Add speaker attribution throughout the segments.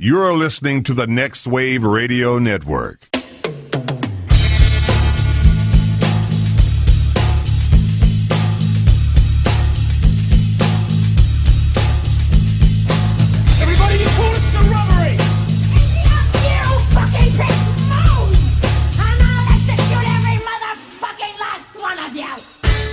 Speaker 1: You're listening to the Next Wave Radio Network.
Speaker 2: Everybody, you call it the robbery!
Speaker 3: You fucking big moan! And I'll execute every motherfucking last one of you!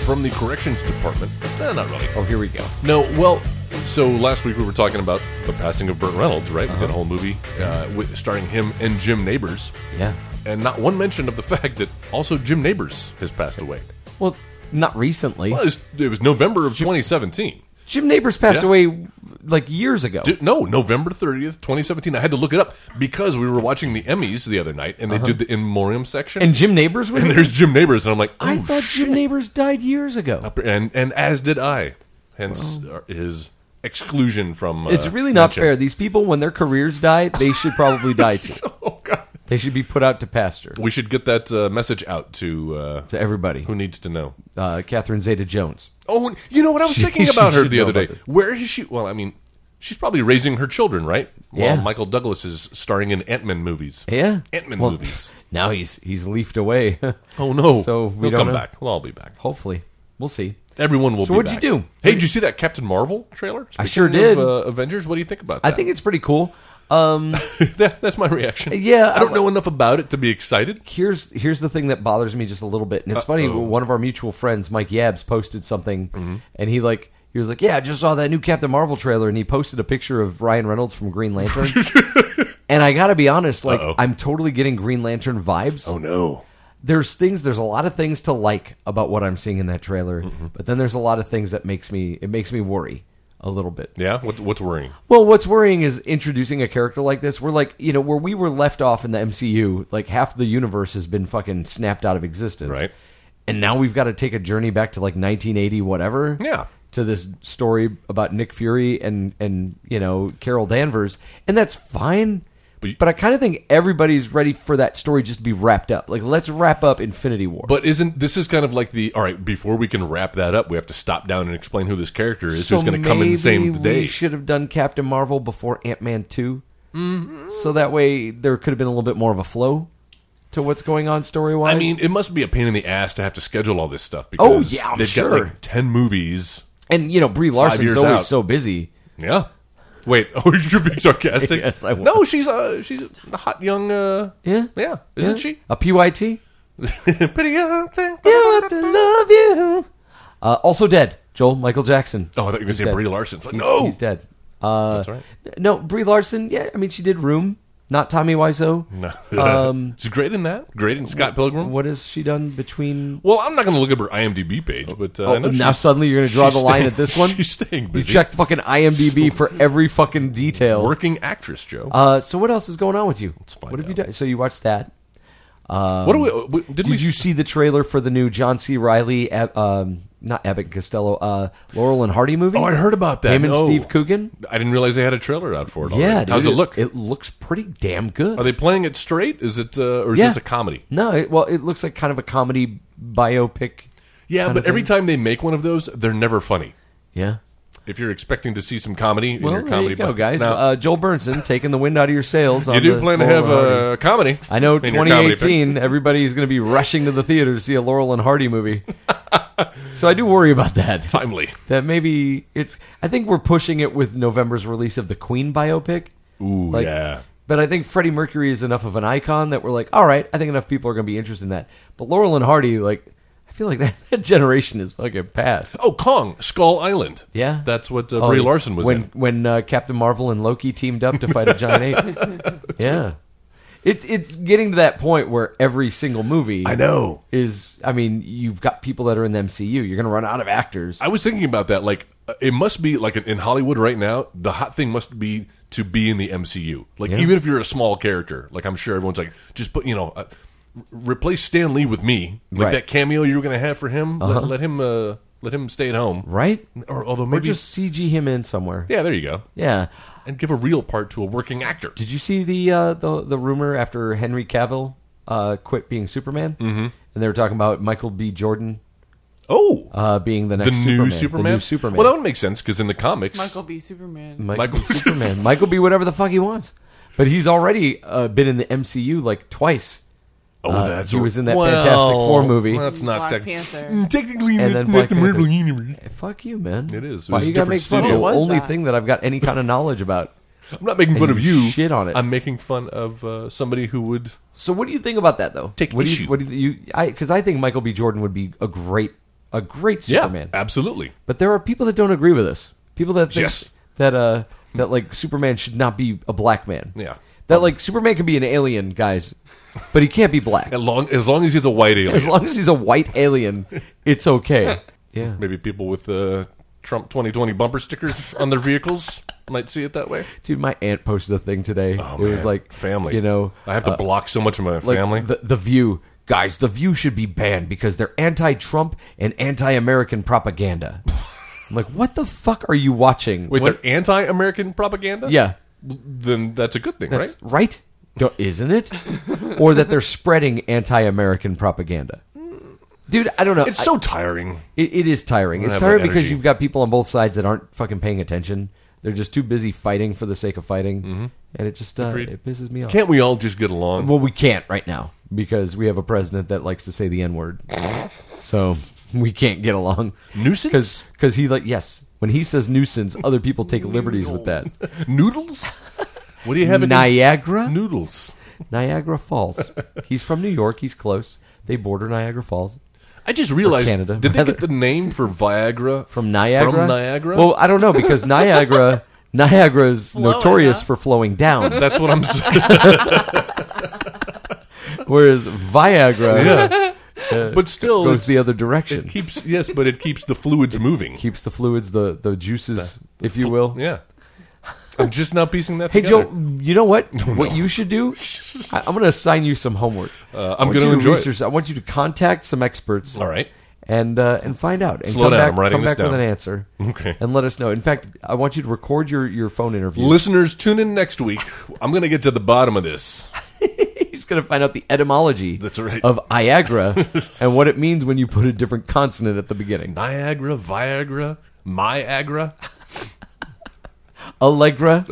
Speaker 4: from the corrections department. Eh, not really.
Speaker 5: Oh, here we go.
Speaker 4: No, well, so last week we were talking about the passing of Burt Reynolds, right? We did
Speaker 5: Uh-huh.
Speaker 4: a whole movie uh, with, starring him and Jim Neighbors,
Speaker 5: Yeah.
Speaker 4: and not one mention of the fact that also Jim Neighbors has passed away.
Speaker 5: Well, not recently.
Speaker 4: Well, it, was, it was November of 2017.
Speaker 5: Jim Neighbors passed
Speaker 4: Yeah.
Speaker 5: away like years ago.
Speaker 4: Di- no, November 30th, 2017. I had to look it up because we were watching the Emmys the other night, and they did the in memoriam section,
Speaker 5: Uh-huh. and Jim Neighbors was.
Speaker 4: and there's Jim Oh, Uh, Neighbors, and I'm like,
Speaker 5: I
Speaker 4: "Ooh,
Speaker 5: thought Jim Neighbors died years ago.
Speaker 4: and and as did I, hence uh, his exclusion from. Uh,
Speaker 5: It's really not
Speaker 4: mention.
Speaker 5: fair. These people, when their careers die, they should probably die too.
Speaker 4: Oh God.
Speaker 5: They should be put out to pasture
Speaker 4: We should get that uh, message out to uh,
Speaker 5: to everybody.
Speaker 4: who needs to know.
Speaker 5: Uh, Catherine Zeta-Jones.
Speaker 4: Oh, you know what I was
Speaker 5: She-
Speaker 4: thinking
Speaker 5: she
Speaker 4: about her
Speaker 5: should
Speaker 4: the
Speaker 5: know
Speaker 4: other day.
Speaker 5: about this.
Speaker 4: Where is she? Well, I mean, she's probably raising her children, right?
Speaker 5: Yeah.
Speaker 4: While Michael Douglas is starring in Ant Man movies.
Speaker 5: Yeah,
Speaker 4: Ant Man
Speaker 5: Well,
Speaker 4: movies.
Speaker 5: Now he's he's leafed away.
Speaker 4: Oh no!
Speaker 5: So
Speaker 4: He'll
Speaker 5: we don't
Speaker 4: come
Speaker 5: know.
Speaker 4: back. We'll all be back.
Speaker 5: Hopefully, we'll see.
Speaker 4: Everyone will.
Speaker 5: So
Speaker 4: be
Speaker 5: what'd you
Speaker 4: back.
Speaker 5: do?
Speaker 4: Hey, did you see that Captain Marvel trailer?
Speaker 5: I
Speaker 4: Speaking
Speaker 5: sure
Speaker 4: of,
Speaker 5: did.
Speaker 4: uh, Avengers. What do you think about?
Speaker 5: I
Speaker 4: that?
Speaker 5: think it's pretty cool. Um,
Speaker 4: that, that's my reaction.
Speaker 5: Yeah,
Speaker 4: I don't
Speaker 5: I-
Speaker 4: know enough about it to be excited.
Speaker 5: here's here's the thing that bothers me just a little bit, and it's funny.
Speaker 4: Uh-oh. Mm-hmm.
Speaker 5: One of our mutual friends, Mike Yabs, posted something, and he like he was like, "Yeah, I just saw that new Captain Marvel trailer," and he posted a picture of Ryan Reynolds from Green Lantern. and I gotta be honest, like
Speaker 4: Uh-oh. Oh.
Speaker 5: I'm totally getting Green Lantern vibes.
Speaker 4: no!
Speaker 5: There's things, there's a lot of things to like about what I'm seeing in that trailer,
Speaker 4: Mm-hmm.
Speaker 5: but then there's a lot of things that makes me it makes me worry a little bit.
Speaker 4: Yeah, what, what's worrying?
Speaker 5: Well, what's worrying is introducing a character like this. We're like, you know, where we were left off in the MCU, like half the universe has been fucking snapped out of existence.
Speaker 4: Right.
Speaker 5: And now we've got to take a journey back to like 1980 whatever.
Speaker 4: Yeah.
Speaker 5: To this story about Nick Fury and and, you know, Carol Danvers, and that's fine.
Speaker 4: But you-
Speaker 5: But, I kind of think everybody's ready for that story just to be wrapped up. Like let's wrap up Infinity War.
Speaker 4: But isn't this is kind of like the all right? Before we can wrap that up, we have to stop down and explain who this character is, who's going to come and save the day.
Speaker 5: We should have done Captain Marvel before Ant Man 2
Speaker 4: Mm-hmm.
Speaker 5: so that way there could have been a little bit more of a flow to what's going on story wise.
Speaker 4: I mean, it must be a pain in the ass to have to schedule all this stuff because
Speaker 5: Oh, yeah, I'm
Speaker 4: they've got
Speaker 5: sure.
Speaker 4: like ten movies.
Speaker 5: and you know Brie Larson's
Speaker 4: years
Speaker 5: always
Speaker 4: out.
Speaker 5: so busy.
Speaker 4: Yeah. Wait. Oh, you're being sarcastic.
Speaker 5: Yes, I was.
Speaker 4: No, she's a she's a hot young. Uh,
Speaker 5: Yeah,
Speaker 4: Yeah. Isn't
Speaker 5: Yeah. a PYT?
Speaker 4: she pretty young thing?
Speaker 5: You have to love you. Uh, also dead, Joel Michael Jackson.
Speaker 4: Oh, I thought you were going to
Speaker 5: He's
Speaker 4: say
Speaker 5: dead.
Speaker 4: Brie Larson. It's like, no,
Speaker 5: he's dead. Uh,
Speaker 4: That's right.
Speaker 5: No, Brie Larson. Yeah, I mean she did Room, not Tommy Wiseau.
Speaker 4: No.
Speaker 5: Um,
Speaker 4: she's great in that. Great in Scott Pilgrim.
Speaker 5: What has she done between?
Speaker 4: Well, I'm not going to look at her IMDb page, but uh, I know
Speaker 5: Oh, now
Speaker 4: she's-
Speaker 5: suddenly you're going to draw the
Speaker 4: she's
Speaker 5: line
Speaker 4: staying-
Speaker 5: at this one.
Speaker 4: She's staying
Speaker 5: You
Speaker 4: busy.
Speaker 5: checked fucking IMDb for every fucking detail.
Speaker 4: working actress, Joe.
Speaker 5: Uh, so what else is going on with you?
Speaker 4: find
Speaker 5: what have you
Speaker 4: out.
Speaker 5: done? So you watched that? Um,
Speaker 4: what do we? uh, we- Did,
Speaker 5: Did
Speaker 4: we,
Speaker 5: you see the trailer for the new John C. Riley, Ab- um, not Abbott and Costello, uh, Laurel and Hardy movie?
Speaker 4: Oh, I heard about that.
Speaker 5: Him and
Speaker 4: No.
Speaker 5: Steve Coogan.
Speaker 4: I didn't realize they had a trailer out for it. Already.
Speaker 5: Yeah, dude,
Speaker 4: how's it look?
Speaker 5: It looks pretty damn good.
Speaker 4: Are they playing it straight? Is it uh, or is
Speaker 5: Yeah.
Speaker 4: this a comedy?
Speaker 5: No, it, well, it looks like kind of a comedy biopic.
Speaker 4: Yeah,
Speaker 5: Kind
Speaker 4: but
Speaker 5: of
Speaker 4: every
Speaker 5: thing.
Speaker 4: time they make one of those, they're never funny.
Speaker 5: Yeah.
Speaker 4: If you're expecting to see some comedy in
Speaker 5: Well,
Speaker 4: your
Speaker 5: there
Speaker 4: comedy,
Speaker 5: you go,
Speaker 4: book-
Speaker 5: guys.
Speaker 4: Now,
Speaker 5: uh, Joel Bernson taking the wind out of your sails.
Speaker 4: you
Speaker 5: on
Speaker 4: do
Speaker 5: the
Speaker 4: plan to
Speaker 5: Laurel
Speaker 4: have uh,
Speaker 5: and Hardy.
Speaker 4: a comedy.
Speaker 5: I know
Speaker 4: in your comedy pick.
Speaker 5: 2018, everybody's going to be rushing to the theater to see a Laurel and Hardy movie. so I do worry about that.
Speaker 4: timely.
Speaker 5: That maybe it's. I think we're pushing it with November's release of the Queen biopic.
Speaker 4: Ooh,
Speaker 5: Like,
Speaker 4: yeah.
Speaker 5: But I think Freddie Mercury is enough of an icon that we're like, all right, I think enough people are going to be interested in that. But Laurel and Hardy, like, I feel like that, that generation is fucking past.
Speaker 4: Oh, Kong, Skull Island.
Speaker 5: Yeah,
Speaker 4: that's what uh,
Speaker 5: Oh,
Speaker 4: Brie Larson was
Speaker 5: when
Speaker 4: in.
Speaker 5: when uh, Captain Marvel and Loki teamed up to fight a giant ape. yeah, it's it's getting to that point where every single movie
Speaker 4: I know.
Speaker 5: is. I mean, you've got people that are in the MCU. You're going to run out of actors.
Speaker 4: I was thinking about that. Like, uh, it must be like in- in Hollywood right now. The hot thing must be to be in the MCU. Like,
Speaker 5: Yeah.
Speaker 4: even if you're a small character, like I'm sure everyone's like, just put you know, uh, re- replace Stan Lee with me. Like
Speaker 5: Right. Uh-huh.
Speaker 4: that cameo you were going to have for him. Let, let him. Uh, let him stay at home.
Speaker 5: right?
Speaker 4: Or although
Speaker 5: Or
Speaker 4: maybe
Speaker 5: just CG him in somewhere.
Speaker 4: yeah, there you go.
Speaker 5: Yeah.
Speaker 4: And give a real part to a working actor.
Speaker 5: Did you see the uh, the the rumor after Henry Cavill uh, quit being Superman? Mm-hmm. And they were talking about Michael B. Jordan
Speaker 4: Oh,
Speaker 5: uh, being the next
Speaker 4: the new Superman.
Speaker 5: The new Superman.
Speaker 4: Well, that would make sense because in the comics,
Speaker 6: Michael B. Superman.
Speaker 4: Michael-
Speaker 5: Michael Superman. Michael be whatever the fuck he wants. But he's already uh, been in the MCU like twice.
Speaker 4: Oh,
Speaker 5: Uh,
Speaker 4: that's
Speaker 5: he was in that
Speaker 4: well,
Speaker 5: Fantastic Four movie.
Speaker 4: That's not
Speaker 6: Black
Speaker 4: tech-
Speaker 6: Panther.
Speaker 4: Mm, technically not,
Speaker 5: And then
Speaker 4: not
Speaker 5: Black
Speaker 4: the Marvel
Speaker 5: Panther.
Speaker 4: universe.
Speaker 5: Eh, Fuck you, man.
Speaker 4: It is. It
Speaker 5: Why
Speaker 4: was a
Speaker 5: you gotta
Speaker 4: different
Speaker 5: make fun
Speaker 4: studio.
Speaker 5: of
Speaker 6: What
Speaker 5: the
Speaker 6: was
Speaker 5: only
Speaker 6: that?
Speaker 5: thing that I've got any kind of knowledge about?
Speaker 4: I'm not making
Speaker 5: And
Speaker 4: fun
Speaker 5: you
Speaker 4: of you.
Speaker 5: shit on it.
Speaker 4: I'm making fun of uh, somebody who would.
Speaker 5: So what do you think about that though?
Speaker 4: Take
Speaker 5: what do
Speaker 4: issue.
Speaker 5: you what do you because I, think Michael B. Jordan would be a great a great Superman.
Speaker 4: Yeah, absolutely.
Speaker 5: But there are people that don't agree with us. People that think
Speaker 4: Yes.
Speaker 5: that uh that like Superman should not be a black man.
Speaker 4: Yeah.
Speaker 5: That like Superman can be an alien, guys, but he can't be black.
Speaker 4: As long as, long as he's a white alien.
Speaker 5: As long as he's a white alien, it's okay. Yeah.
Speaker 4: Maybe people with uh, Trump 2020 bumper stickers on their vehicles might see it that way.
Speaker 5: Dude, my aunt posted a thing today.
Speaker 4: Oh,
Speaker 5: it was
Speaker 4: man.
Speaker 5: like
Speaker 4: family.
Speaker 5: You know,
Speaker 4: I have to
Speaker 5: uh,
Speaker 4: block so much of my
Speaker 5: like
Speaker 4: family.
Speaker 5: The, the View. Guys, The View should be banned because they're anti-Trump and anti-American propaganda. I'm like, what the fuck are you watching?
Speaker 4: Wait,
Speaker 5: What-
Speaker 4: they're anti-American propaganda.
Speaker 5: yeah,
Speaker 4: then that's a good thing,
Speaker 5: that's
Speaker 4: right?
Speaker 5: right. Don't- isn't it? or that they're spreading anti-American propaganda. Dude, I don't know.
Speaker 4: It's
Speaker 5: I-
Speaker 4: so tiring.
Speaker 5: It, it is tiring. It's
Speaker 4: have no
Speaker 5: tiring because
Speaker 4: energy.
Speaker 5: you've got people on both sides that aren't fucking paying attention. They're just too busy fighting for the sake of fighting, and it just uh,
Speaker 4: Mm-hmm. Agreed.
Speaker 5: it pisses me off.
Speaker 4: Can't we all just get along?
Speaker 5: well, we can't right now because we have a president that likes to say the n word, so we can't get along.
Speaker 4: Nuisance?
Speaker 5: because he like yes, when he says nuisance, other people take liberties with that.
Speaker 4: noodles? What do you have? against
Speaker 5: Niagara?
Speaker 4: noodles.
Speaker 5: Niagara Falls. He's from New York. He's close. They border Niagara Falls.
Speaker 4: I just realized.
Speaker 5: Canada,
Speaker 4: did they
Speaker 5: rather.
Speaker 4: get the name for Viagra
Speaker 5: From Niagara?
Speaker 4: From Niagara?
Speaker 5: Well, I don't know because Niagara Niagara's
Speaker 6: Flowing
Speaker 5: notorious
Speaker 6: up.
Speaker 5: for flowing down.
Speaker 4: that's what I'm saying.
Speaker 5: Whereas Viagra
Speaker 4: but still,
Speaker 5: goes
Speaker 4: it's-
Speaker 5: the other direction.
Speaker 4: It keeps yes, but it keeps the fluids moving.
Speaker 5: keeps the fluids, the, the juices, if you will.
Speaker 4: yeah. I'm just now piecing that
Speaker 5: Hey,
Speaker 4: together.
Speaker 5: Joe, you know what? What you should do? I, I'm going to assign you some homework.
Speaker 4: Uh, I'm
Speaker 5: I want
Speaker 4: gonna
Speaker 5: you to
Speaker 4: enjoy it.
Speaker 5: research- I want you to contact some experts.
Speaker 4: All right.
Speaker 5: And, uh, and find out. And
Speaker 4: Slow
Speaker 5: come
Speaker 4: down,
Speaker 5: back,
Speaker 4: I'm writing
Speaker 5: come
Speaker 4: this
Speaker 5: back with
Speaker 4: down.
Speaker 5: an answer.
Speaker 4: Okay.
Speaker 5: And let us know. In fact, I want you to record your, your phone interview.
Speaker 4: Listeners, tune in next week. I'm going to get to the bottom of this.
Speaker 5: He's going to find out the etymology
Speaker 4: That's right.
Speaker 5: of Iagra and what it means when you put a different consonant at the beginning.
Speaker 4: Niagara, Viagra, Myagra.
Speaker 5: Allegra.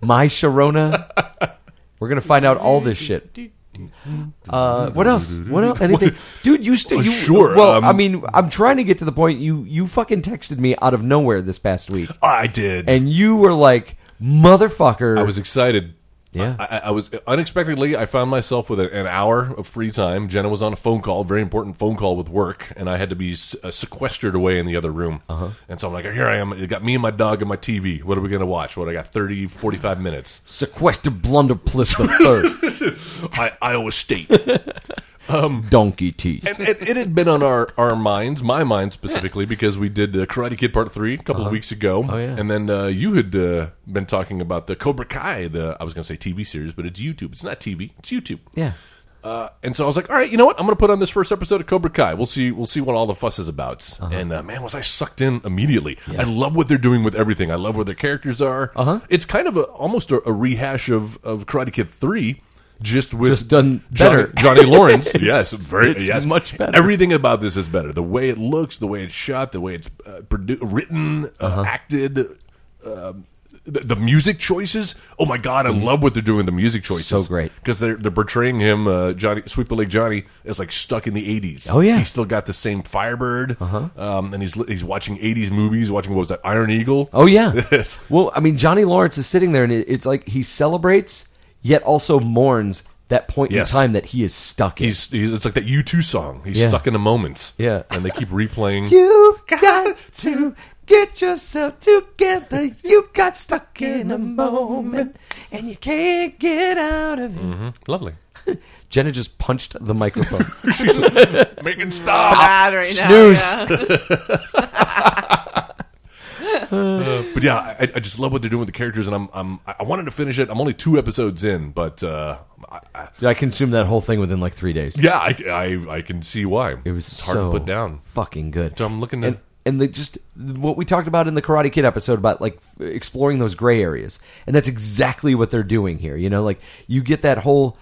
Speaker 5: My Sharona. We're gonna find out all this shit. Uh, what else? What else? Anything, dude? You still?
Speaker 4: Well,
Speaker 5: you,
Speaker 4: sure,
Speaker 5: Well,
Speaker 4: um,
Speaker 5: I mean, I'm trying to get to the point. You you fucking texted me out of nowhere this past week,
Speaker 4: I did.
Speaker 5: and you were like, "Motherfucker!"
Speaker 4: I was excited.
Speaker 5: Yeah.
Speaker 4: I, I, I was unexpectedly. I found myself with a, an hour of free time. Jenna was on a phone call, very important phone call with work, and I had to be s- uh, sequestered away in the other room. Uh-huh. And so I'm like, here I am. It got me and my dog and my TV. What are we going to watch? What I got 30, 45 minutes.
Speaker 5: sequestered blunderpliss the third
Speaker 4: I, Iowa State.
Speaker 5: donkey teeth.
Speaker 4: and, and it had been on our, our minds, my mind specifically, because we did uh, Karate Kid Part Three a couple of weeks ago.
Speaker 5: Oh, yeah.
Speaker 4: and then uh, you had uh, been talking about the Cobra Kai. The I was going to say TV series, but it's YouTube. It's not TV. It's YouTube.
Speaker 5: yeah,
Speaker 4: Uh, and so I was like, all right, you know what? I'm going to put on this first episode of Cobra Kai. We'll see. We'll see what all the fuss is about.
Speaker 5: Uh-huh.
Speaker 4: And uh, man, was I sucked in immediately. I love what they're doing with everything. I love where their characters are. Uh-huh. It's kind of a, almost a, a rehash of, of Karate Kid Three. Just with
Speaker 5: Just done
Speaker 4: Johnny-
Speaker 5: better.
Speaker 4: Johnny, Lawrence. yes, very
Speaker 5: it's
Speaker 4: yes.
Speaker 5: much better.
Speaker 4: Everything about this is better. The way it looks, the way it's shot, the way it's uh, produ- written, uh,
Speaker 5: Uh-huh.
Speaker 4: acted, um, the, the music choices. Oh my god, I love what they're doing. The music choices
Speaker 5: Mm-hmm. So great.
Speaker 4: because they're they're portraying him uh, Johnny Sweep the Lake Johnny is like stuck in the '80s.
Speaker 5: Oh, yeah.
Speaker 4: he's still got the same Firebird, uh-huh. um, and he's li- he's watching '80s movies, watching what was that Iron Eagle?
Speaker 5: Oh yeah.
Speaker 4: Yes.
Speaker 5: Well, I mean, Johnny Lawrence is sitting there, and it, it's like he celebrates, yet also mourns that point
Speaker 4: Yes.
Speaker 5: in time that he is stuck in.
Speaker 4: He's, he's it's like that U2 song. He's
Speaker 5: Yeah.
Speaker 4: stuck in a moment.
Speaker 5: Yeah.
Speaker 4: and they keep replaying.
Speaker 5: You've got to get yourself together. You got stuck in a moment, and you can't get out of it.
Speaker 4: Lovely.
Speaker 5: Mm. Jenna just punched the microphone.
Speaker 4: She's making stop.
Speaker 6: Bad right
Speaker 5: Snooze.
Speaker 6: now. Yeah.
Speaker 4: But yeah, I, I just love what they're doing with the characters, and I'm, I'm I wanted to finish it. I'm only two episodes in, but uh, I, I,
Speaker 5: I consumed that whole thing within like three days.
Speaker 4: yeah, I, I I can see why
Speaker 5: It was
Speaker 4: it's hard
Speaker 5: so
Speaker 4: to put down.
Speaker 5: Fucking good.
Speaker 4: So I'm looking to-
Speaker 5: and, and the, just what we talked about in the Karate Kid episode about like exploring those gray areas, and that's exactly what they're doing here. You know, like you get that whole.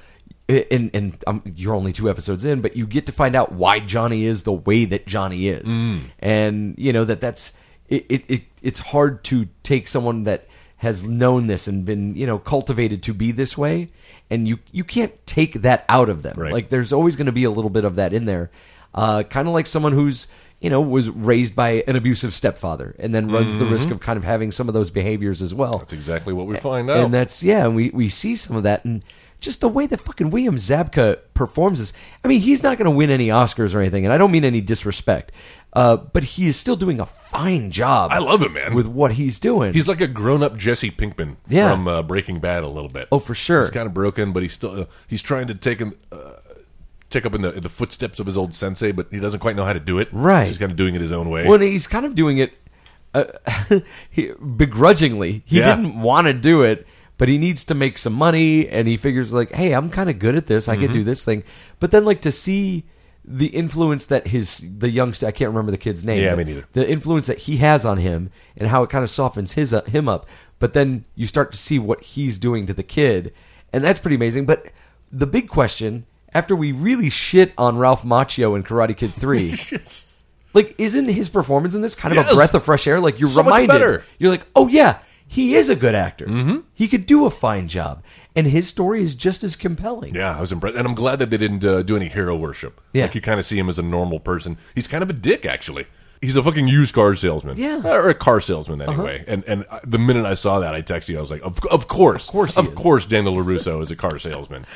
Speaker 5: And, and um, you're only two episodes in, but you get to find out why Johnny is the way that Johnny is,
Speaker 4: Mm.
Speaker 5: and you know that that's it, it, it. It's hard to take someone that has known this and been you know cultivated to be this way, and you you can't take that out of them.
Speaker 4: Right.
Speaker 5: Like there's always going to be a little bit of that in there, uh, kind of like someone who's you know was raised by an abusive stepfather and then runs the risk of kind of having some of those behaviors as well.
Speaker 4: Mm-hmm. That's exactly what we find out.
Speaker 5: And that's yeah, and we we see some of that, and just the way that fucking William Zabka performs this. I mean, he's not going to win any Oscars or anything, and I don't mean any disrespect, uh, but he is still doing a fine job.
Speaker 4: I love him, man.
Speaker 5: with what he's doing.
Speaker 4: He's like a grown-up Jesse Pinkman
Speaker 5: Yeah.
Speaker 4: from uh, Breaking Bad a little bit.
Speaker 5: Oh, for sure.
Speaker 4: He's kind of broken, but he's still uh, he's trying to take him. Uh, Take up in the in the footsteps of his old sensei, but he doesn't quite know how to do it.
Speaker 5: Right.
Speaker 4: he's kind of doing it his own way.
Speaker 5: well, and he's kind of doing it uh, he, begrudgingly. He
Speaker 4: Yeah.
Speaker 5: didn't want to do it. But he needs to make some money, and he figures like, "Hey, I'm kind of good at this. I can
Speaker 4: Mm-hmm.
Speaker 5: do this thing." But then, like, to see the influence that his the youngster I can't remember the kid's name.
Speaker 4: Yeah,
Speaker 5: but
Speaker 4: me neither.
Speaker 5: The influence that he has on him, and how it kind of softens his uh, him up. But then you start to see what he's doing to the kid, and that's pretty amazing. But the big question after we really shit on Ralph Macchio in Karate Kid Three. Like, isn't his performance in this kind of
Speaker 4: Yes.
Speaker 5: a breath of fresh air? Like, you're
Speaker 4: So much
Speaker 5: reminded.
Speaker 4: better.
Speaker 5: You're like, oh yeah, he is a good actor. Mm-hmm. He could do a fine job, and his story is just as compelling.
Speaker 4: Yeah, I was impressed, and I'm glad that they didn't uh, do any hero worship.
Speaker 5: Yeah.
Speaker 4: like you kind of see him as a normal person. He's kind of a dick, actually. He's a fucking used car salesman,
Speaker 5: Yeah. Uh-huh.
Speaker 4: or a car salesman anyway. And and I- the minute I saw that, I texted you. I was like, of, of course, of
Speaker 5: course he
Speaker 4: of
Speaker 5: is.
Speaker 4: course, Daniel Larusso is a car salesman.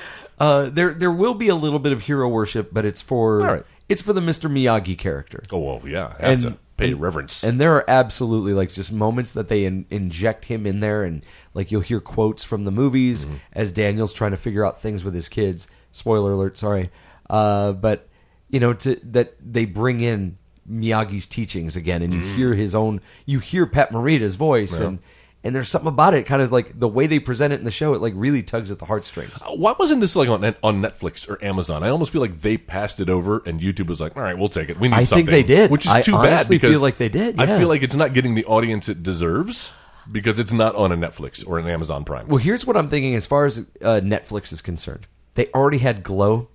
Speaker 5: Uh, there, there will be a little bit of hero worship, but it's for
Speaker 4: All right.
Speaker 5: it's for the Mr. Miyagi character.
Speaker 4: Oh well, yeah, I have
Speaker 5: And-
Speaker 4: to pay reverence.
Speaker 5: And there are absolutely like just moments that they in, inject him in there, and like you'll hear quotes from the movies
Speaker 4: Mm-hmm.
Speaker 5: as Daniel's trying to figure out things with his kids. Spoiler alert, sorry, uh, but you know to, that they bring in Miyagi's teachings again, and you
Speaker 4: Mm.
Speaker 5: hear his own, you hear Pat Morita's voice, and and there's something about it, kind of like the way they present it in the show, it like really tugs at the heartstrings.
Speaker 4: Why wasn't this like on on Netflix or Amazon? I almost feel like they passed it over, and YouTube was like, "All right, we'll take it. We need
Speaker 5: I
Speaker 4: something."
Speaker 5: think they did.
Speaker 4: which is
Speaker 5: I
Speaker 4: too bad
Speaker 5: honestly
Speaker 4: because
Speaker 5: feel like they did,
Speaker 4: I
Speaker 5: yeah.
Speaker 4: feel like it's not getting the audience it deserves because it's not on a Netflix or an Amazon Prime.
Speaker 5: Well, here's what I'm thinking as far as uh, Netflix is concerned. They already had Glow,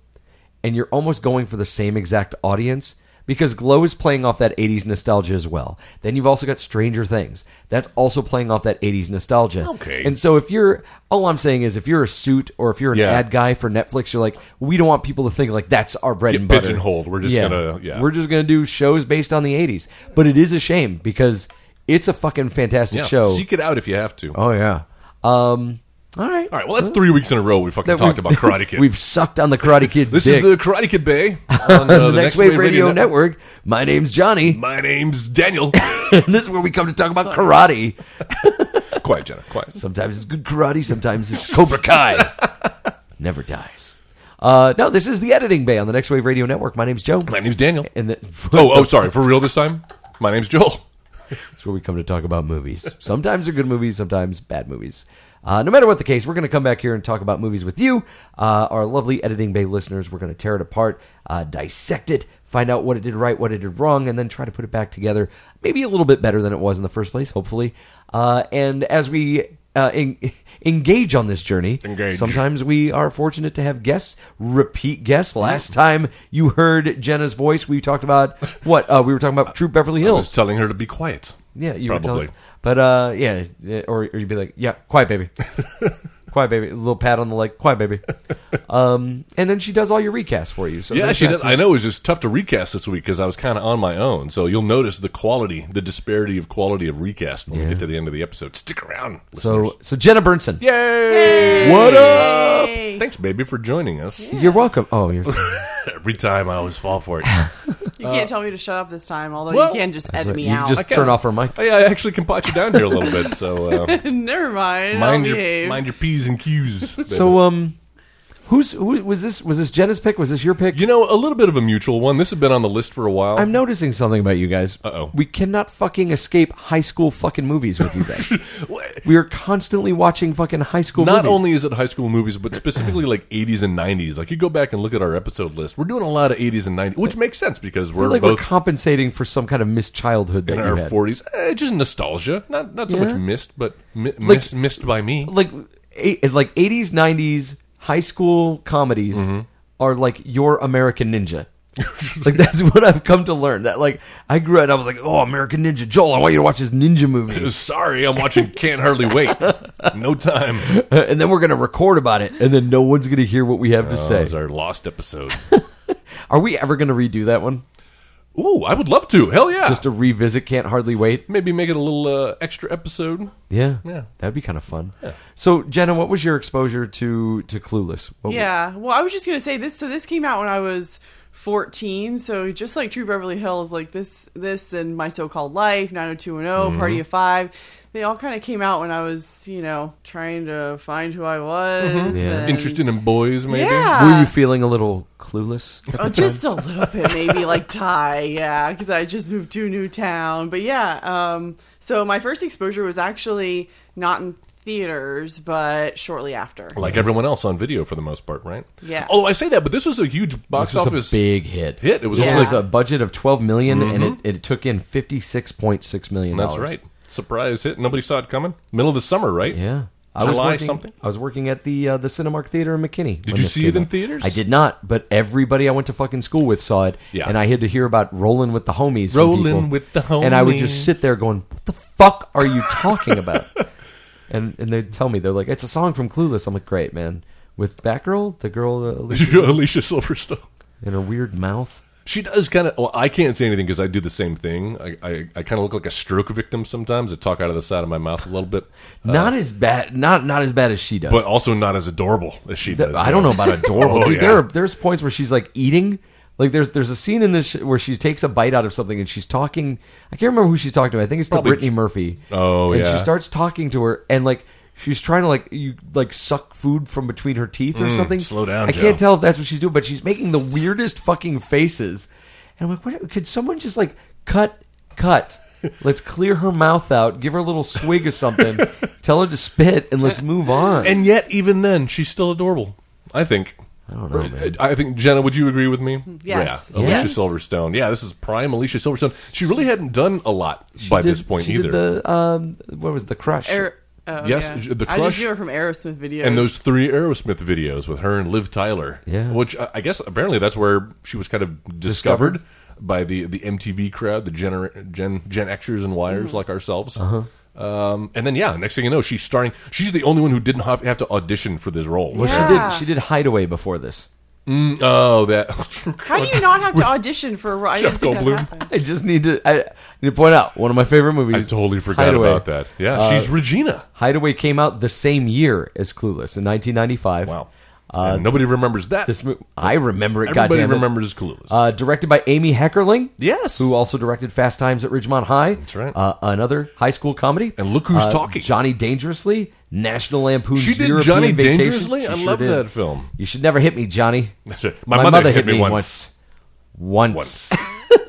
Speaker 5: and you're almost going for the same exact audience because Glow is playing off that 80s nostalgia as well. Then you've also got Stranger Things. That's also playing off that 80s nostalgia.
Speaker 4: Okay.
Speaker 5: And so if you're, all I'm saying is if you're a suit or if you're an
Speaker 4: Yeah.
Speaker 5: ad guy for Netflix, you're like, we don't want people to think like that's our bread
Speaker 4: Get
Speaker 5: and butter.
Speaker 4: pigeonholed. We're just gonna- yeah.
Speaker 5: We're just going to do shows based on the 80s. But it is a shame because it's a fucking fantastic
Speaker 4: yeah,
Speaker 5: show.
Speaker 4: seek it out if you have to.
Speaker 5: Oh yeah. Um. All right.
Speaker 4: All right, well, that's three weeks in a row we fucking
Speaker 5: That
Speaker 4: talked
Speaker 5: we've-
Speaker 4: about Karate Kid.
Speaker 5: We've sucked on the Karate Kid's
Speaker 4: this is
Speaker 5: dick.
Speaker 4: the uh, Karate Kid Bay on uh,
Speaker 5: the, Next Wave Radio Network. My name's Johnny,
Speaker 4: My name's Daniel.
Speaker 5: and this is where we come to talk about karate.
Speaker 4: quiet, Jenna. Quiet.
Speaker 5: Sometimes it's good karate, sometimes it's Cobra Kai. Never dies. Uh, no, this is the editing bay on the Next Wave Radio Network. My name's Joe,
Speaker 4: My name's Daniel.
Speaker 5: and that,
Speaker 4: Oh, oh, sorry. For real this time. My name's Joel.
Speaker 5: It's where we come to talk about movies. Sometimes they're good movies, sometimes bad movies. Uh, no matter what the case, we're going to come back here and talk about movies with you, uh, our lovely Editing Bay listeners. We're going to tear it apart, uh, dissect it, find out what it did right, what it did wrong, and then try to put it back together, maybe a little bit better than it was in the first place, hopefully. Uh, and as we uh, en- engage on this journey,
Speaker 4: Engage.
Speaker 5: sometimes we are fortunate to have guests, repeat guests. Last time you heard Jenna's voice, we talked about what? Uh, we were talking about True Beverly
Speaker 4: I
Speaker 5: Hills.
Speaker 4: was telling her to be quiet.
Speaker 5: Yeah, you
Speaker 4: probably.
Speaker 5: were telling. But uh, yeah, yeah, or, or you'd be like, yeah, quiet baby, quiet baby, a little pat on the leg, quiet baby. Um, and then she does all your recasts for you. So
Speaker 4: Yeah,
Speaker 5: there's
Speaker 4: she
Speaker 5: that
Speaker 4: does.
Speaker 5: too.
Speaker 4: I know it was just tough to recast this week because I was kind of on my own. So you'll notice the quality, the disparity of quality of recast when we get to the end of the episode. Stick around, listeners.
Speaker 5: So so Jenna Burnson,
Speaker 4: Yay! What up? Thanks, baby, for joining us.
Speaker 5: you're welcome. Oh, you're,
Speaker 4: Every time I always fall for it.
Speaker 6: You can't tell me to shut up this time, although
Speaker 4: well,
Speaker 6: you can just edit
Speaker 5: sorry,
Speaker 6: me
Speaker 5: you
Speaker 6: out.
Speaker 5: just turn off her mic.
Speaker 4: Oh, I, I actually can pot you down here a little bit. So uh,
Speaker 6: Never mind.
Speaker 4: mind
Speaker 6: I'll
Speaker 4: your
Speaker 6: behave.
Speaker 4: mind your p's and q's. baby.
Speaker 5: So um, who's who was this? Was this Jenna's pick? Was this your pick?
Speaker 4: you know, a little bit of a mutual one. This has been on the list for a while.
Speaker 5: I'm noticing something about you guys.
Speaker 4: Uh-oh.
Speaker 5: We cannot fucking escape high school fucking movies with you guys.
Speaker 4: What?
Speaker 5: we are constantly watching fucking high school
Speaker 4: Not
Speaker 5: movies.
Speaker 4: only is it high school movies, but specifically like 80s and 90s. Like you go back and look at our episode list, we're doing a lot of 80s and 90s, which makes sense because
Speaker 5: I
Speaker 4: we're
Speaker 5: feel like we're
Speaker 4: both
Speaker 5: compensating for some kind of missed childhood that
Speaker 4: in
Speaker 5: you
Speaker 4: our
Speaker 5: had.
Speaker 4: 40s. Eh, just nostalgia, not not so
Speaker 5: Yeah.
Speaker 4: much missed, but mi- missed, missed by me.
Speaker 5: like eight, like eighties, nineties high school comedies are like your American Ninja. like that's what I've come to learn. That like I grew up, and I was like, oh, American Ninja Joel, I want you to watch this ninja movie,
Speaker 4: Sorry, I'm watching Can't Hardly Wait. No time.
Speaker 5: and then we're gonna record about it, and then no one's gonna hear what we have to
Speaker 4: That
Speaker 5: say.
Speaker 4: was our lost episode.
Speaker 5: Are we ever gonna redo that one?
Speaker 4: Ooh, I would love to. Hell yeah.
Speaker 5: Just to revisit, can't hardly wait.
Speaker 4: Maybe make it a little uh, extra episode.
Speaker 5: Yeah,
Speaker 4: Yeah.
Speaker 5: that'd be kind of fun. So, Jenna, what was your exposure to to Clueless? What-
Speaker 6: Yeah. Well, I was just gonna say this. So this came out when I was 14. So just like True Beverly Hills, like this, this, and My So-Called Life,
Speaker 4: Mm-hmm.
Speaker 6: 90210, Party of Five, they all kind of came out when I was, you know, trying to find who I was.
Speaker 4: Mm-hmm.
Speaker 6: and-
Speaker 4: Interested in boys, maybe.
Speaker 6: Yeah.
Speaker 5: Were you feeling a little clueless?
Speaker 6: Oh, just a little bit, maybe like Thai, yeah, because I just moved to a new town. But yeah, um, so my first exposure was actually not in theaters, but shortly after.
Speaker 4: Like everyone else on video for the most part, right?
Speaker 6: Yeah.
Speaker 4: Although I say that, but this was a huge box
Speaker 5: This was
Speaker 4: office
Speaker 5: a big hit.
Speaker 4: hit. It was Mm-hmm.
Speaker 5: This
Speaker 6: Yeah.
Speaker 5: was a budget of twelve million, and it, it took in fifty six point six million.
Speaker 4: That's right. Surprise hit. Nobody saw it coming. Middle of the summer, right?
Speaker 5: Yeah.
Speaker 4: July
Speaker 5: working,
Speaker 4: something?
Speaker 5: I was working at the uh, the Cinemark Theater in McKinney. when
Speaker 4: you
Speaker 5: this
Speaker 4: see
Speaker 5: came
Speaker 4: it in
Speaker 5: out.
Speaker 4: theaters?
Speaker 5: I did not, but everybody I went to fucking school with saw it.
Speaker 4: Yeah.
Speaker 5: And I had to hear about rolling with the homies. from
Speaker 4: Rolling
Speaker 5: people.
Speaker 4: with the
Speaker 5: And I would just
Speaker 4: homies.
Speaker 5: sit there going, "What the fuck are you talking about?" and and they tell me they're like, "It's a song from Clueless." I'm like, "Great, man." With Batgirl, the girl uh, Alicia,
Speaker 4: Alicia Silverstone.
Speaker 5: in her weird mouth.
Speaker 4: She does kind of. Well, I can't say anything because I do the same thing. I, I, I kind of look like a stroke victim sometimes. I talk out of the side of my mouth a little bit, Uh.
Speaker 5: not as bad, not not as bad as she does.
Speaker 4: but also not as adorable as she
Speaker 5: Th-
Speaker 4: does.
Speaker 5: I don't know about adorable.
Speaker 4: Oh,
Speaker 5: Dude,
Speaker 4: yeah.
Speaker 5: there are, there's points where she's like eating. Like there's there's a scene in this sh- where she takes a bite out of something and she's talking. I can't remember who she's talking to. I think it's
Speaker 4: Probably-
Speaker 5: to Brittany Murphy.
Speaker 4: Oh,
Speaker 5: and
Speaker 4: yeah.
Speaker 5: she starts talking to her and like she's trying to like you like suck food from between her teeth or something.
Speaker 4: Mm, slow down,
Speaker 5: I
Speaker 4: Joe.
Speaker 5: can't tell if that's what she's doing, but she's making the weirdest fucking faces. And I'm like, what? Could someone just like cut cut? Let's clear her mouth out. Give her a little swig of something. tell her to spit, and let's move on.
Speaker 4: And yet, even then, she's still adorable. I think. I
Speaker 5: don't know, man.
Speaker 4: I think Jenna, would you agree with me?
Speaker 6: Yes.
Speaker 4: Yeah, Alicia
Speaker 6: Yes.
Speaker 4: Silverstone. Yeah, this is prime Alicia Silverstone. She really hadn't done a lot by
Speaker 5: did-
Speaker 4: this point
Speaker 5: she
Speaker 4: either.
Speaker 5: Did the um, what was it, the crush?
Speaker 6: Aer- oh,
Speaker 4: Yes,
Speaker 6: yeah.
Speaker 4: the
Speaker 6: I
Speaker 4: Crush-
Speaker 6: just knew her from Aerosmith videos.
Speaker 4: and those three Aerosmith videos with her and Liv Tyler.
Speaker 5: Yeah.
Speaker 4: Which uh, I I guess apparently that's where she was kind of discovered, by the, the MTV crowd, the gener- Gen Gen Xers and Wires
Speaker 5: Mm-hmm.
Speaker 4: like ourselves. Uh-huh. Um, and then yeah, next thing you know, she's starring. She's the only one who didn't have, have to audition for this role.
Speaker 5: Well, she
Speaker 6: Yeah.
Speaker 5: did. She did Hideaway before this.
Speaker 4: Oh, that.
Speaker 6: How do you not have to audition for a role? I
Speaker 4: Jeff
Speaker 6: didn't think that
Speaker 4: Goldblum.
Speaker 6: happened.
Speaker 5: I just need to. I need to point out one of my favorite movies.
Speaker 4: I totally forgot
Speaker 5: Hideaway.
Speaker 4: about that. Yeah,
Speaker 5: Uh,
Speaker 4: she's Regina.
Speaker 5: Hideaway came out the same year as Clueless in 1995.
Speaker 4: Wow. And nobody remembers that.
Speaker 5: uh, This movie, I remember it.
Speaker 4: Everybody
Speaker 5: goddamn it.
Speaker 4: remembers Clueless.
Speaker 5: Uh, directed by Amy Heckerling.
Speaker 4: Yes.
Speaker 5: Who also directed Fast Times at Ridgemont High.
Speaker 4: That's right.
Speaker 5: Uh, another high school comedy. Uh,
Speaker 4: And look who's talking.
Speaker 5: Johnny Dangerously, National Lampoon's
Speaker 4: She did
Speaker 5: European
Speaker 4: Johnny
Speaker 5: Vacation.
Speaker 4: Dangerously?
Speaker 5: She
Speaker 4: I
Speaker 5: sure
Speaker 4: love
Speaker 5: did.
Speaker 4: that film.
Speaker 5: You should never hit me, Johnny.
Speaker 4: My mother hit me once.
Speaker 5: Once.
Speaker 4: Once.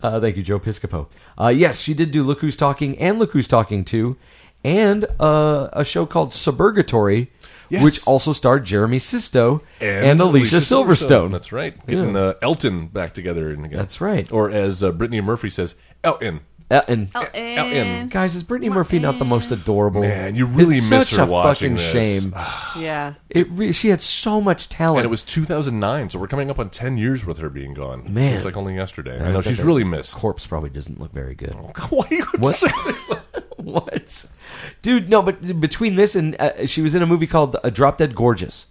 Speaker 5: Uh, thank you, Joe Piscopo. Uh, yes, she did do Look Who's Talking and Look Who's Talking Too, and uh, a show called Suburgatory,
Speaker 4: Yes.
Speaker 5: which also starred Jeremy Sisto and, Alicia, Silverstone.
Speaker 4: That's right. Getting
Speaker 5: Yeah.
Speaker 4: uh, Elton back together and again.
Speaker 5: That's right.
Speaker 4: Or as uh, Brittany Murphy says, Elton.
Speaker 5: Uh, and
Speaker 4: Elton.
Speaker 5: guys, is Brittany Murphy not the most adorable?
Speaker 4: Man, you really
Speaker 5: it's
Speaker 4: miss
Speaker 5: such
Speaker 4: her
Speaker 5: a
Speaker 4: watching this.
Speaker 5: fucking shame.
Speaker 6: Yeah.
Speaker 5: It re- she had so much talent.
Speaker 4: And it was 2009, so we're coming up on 10 years with her being gone.
Speaker 5: Man.
Speaker 4: Seems like only yesterday. I know
Speaker 5: bet
Speaker 4: she's
Speaker 5: that
Speaker 4: really missed.
Speaker 5: corpse probably doesn't look very good.
Speaker 4: Why you would
Speaker 5: What?
Speaker 4: say this?
Speaker 5: what, dude? No, but between this and uh, she was in a movie called uh, Drop Dead Gorgeous.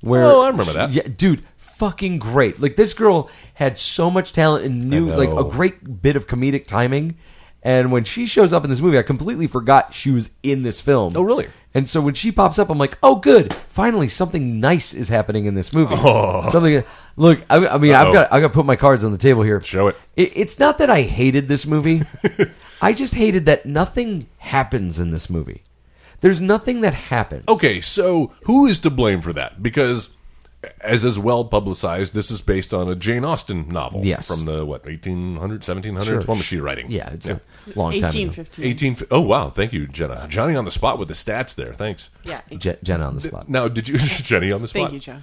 Speaker 5: Where
Speaker 4: Oh, I remember that.
Speaker 5: Yeah, dude, fucking great. Like this girl had so much talent and knew
Speaker 4: I
Speaker 5: like
Speaker 4: know.
Speaker 5: a great bit of comedic timing. And when she shows up in this movie, I completely forgot she was in this film.
Speaker 4: Oh, really?
Speaker 5: And so when she pops up, I'm like, oh, good. Finally, something nice is happening in this movie. Something. Look, I, I mean,
Speaker 4: Oh. Uh-oh.
Speaker 5: I've got I've got to put my cards on the table here.
Speaker 4: Show it.
Speaker 5: It's not that I hated this movie. I just hated that nothing happens in this movie. There's nothing that happens.
Speaker 4: Okay, so who is to blame for that? Because as is well publicized, this is based on a Jane Austen novel
Speaker 5: Yes.
Speaker 4: from the what 1800s, 1700s. When was she writing?
Speaker 5: Yeah, it's a long time. ago.
Speaker 6: 1815.
Speaker 4: 18. Oh wow, thank you, Jenna. Johnny on the spot with the stats there. Thanks.
Speaker 6: Yeah.
Speaker 5: Je- Jenna on the spot.
Speaker 4: Now, did you Jenny on the spot?
Speaker 6: Thank you, Joe.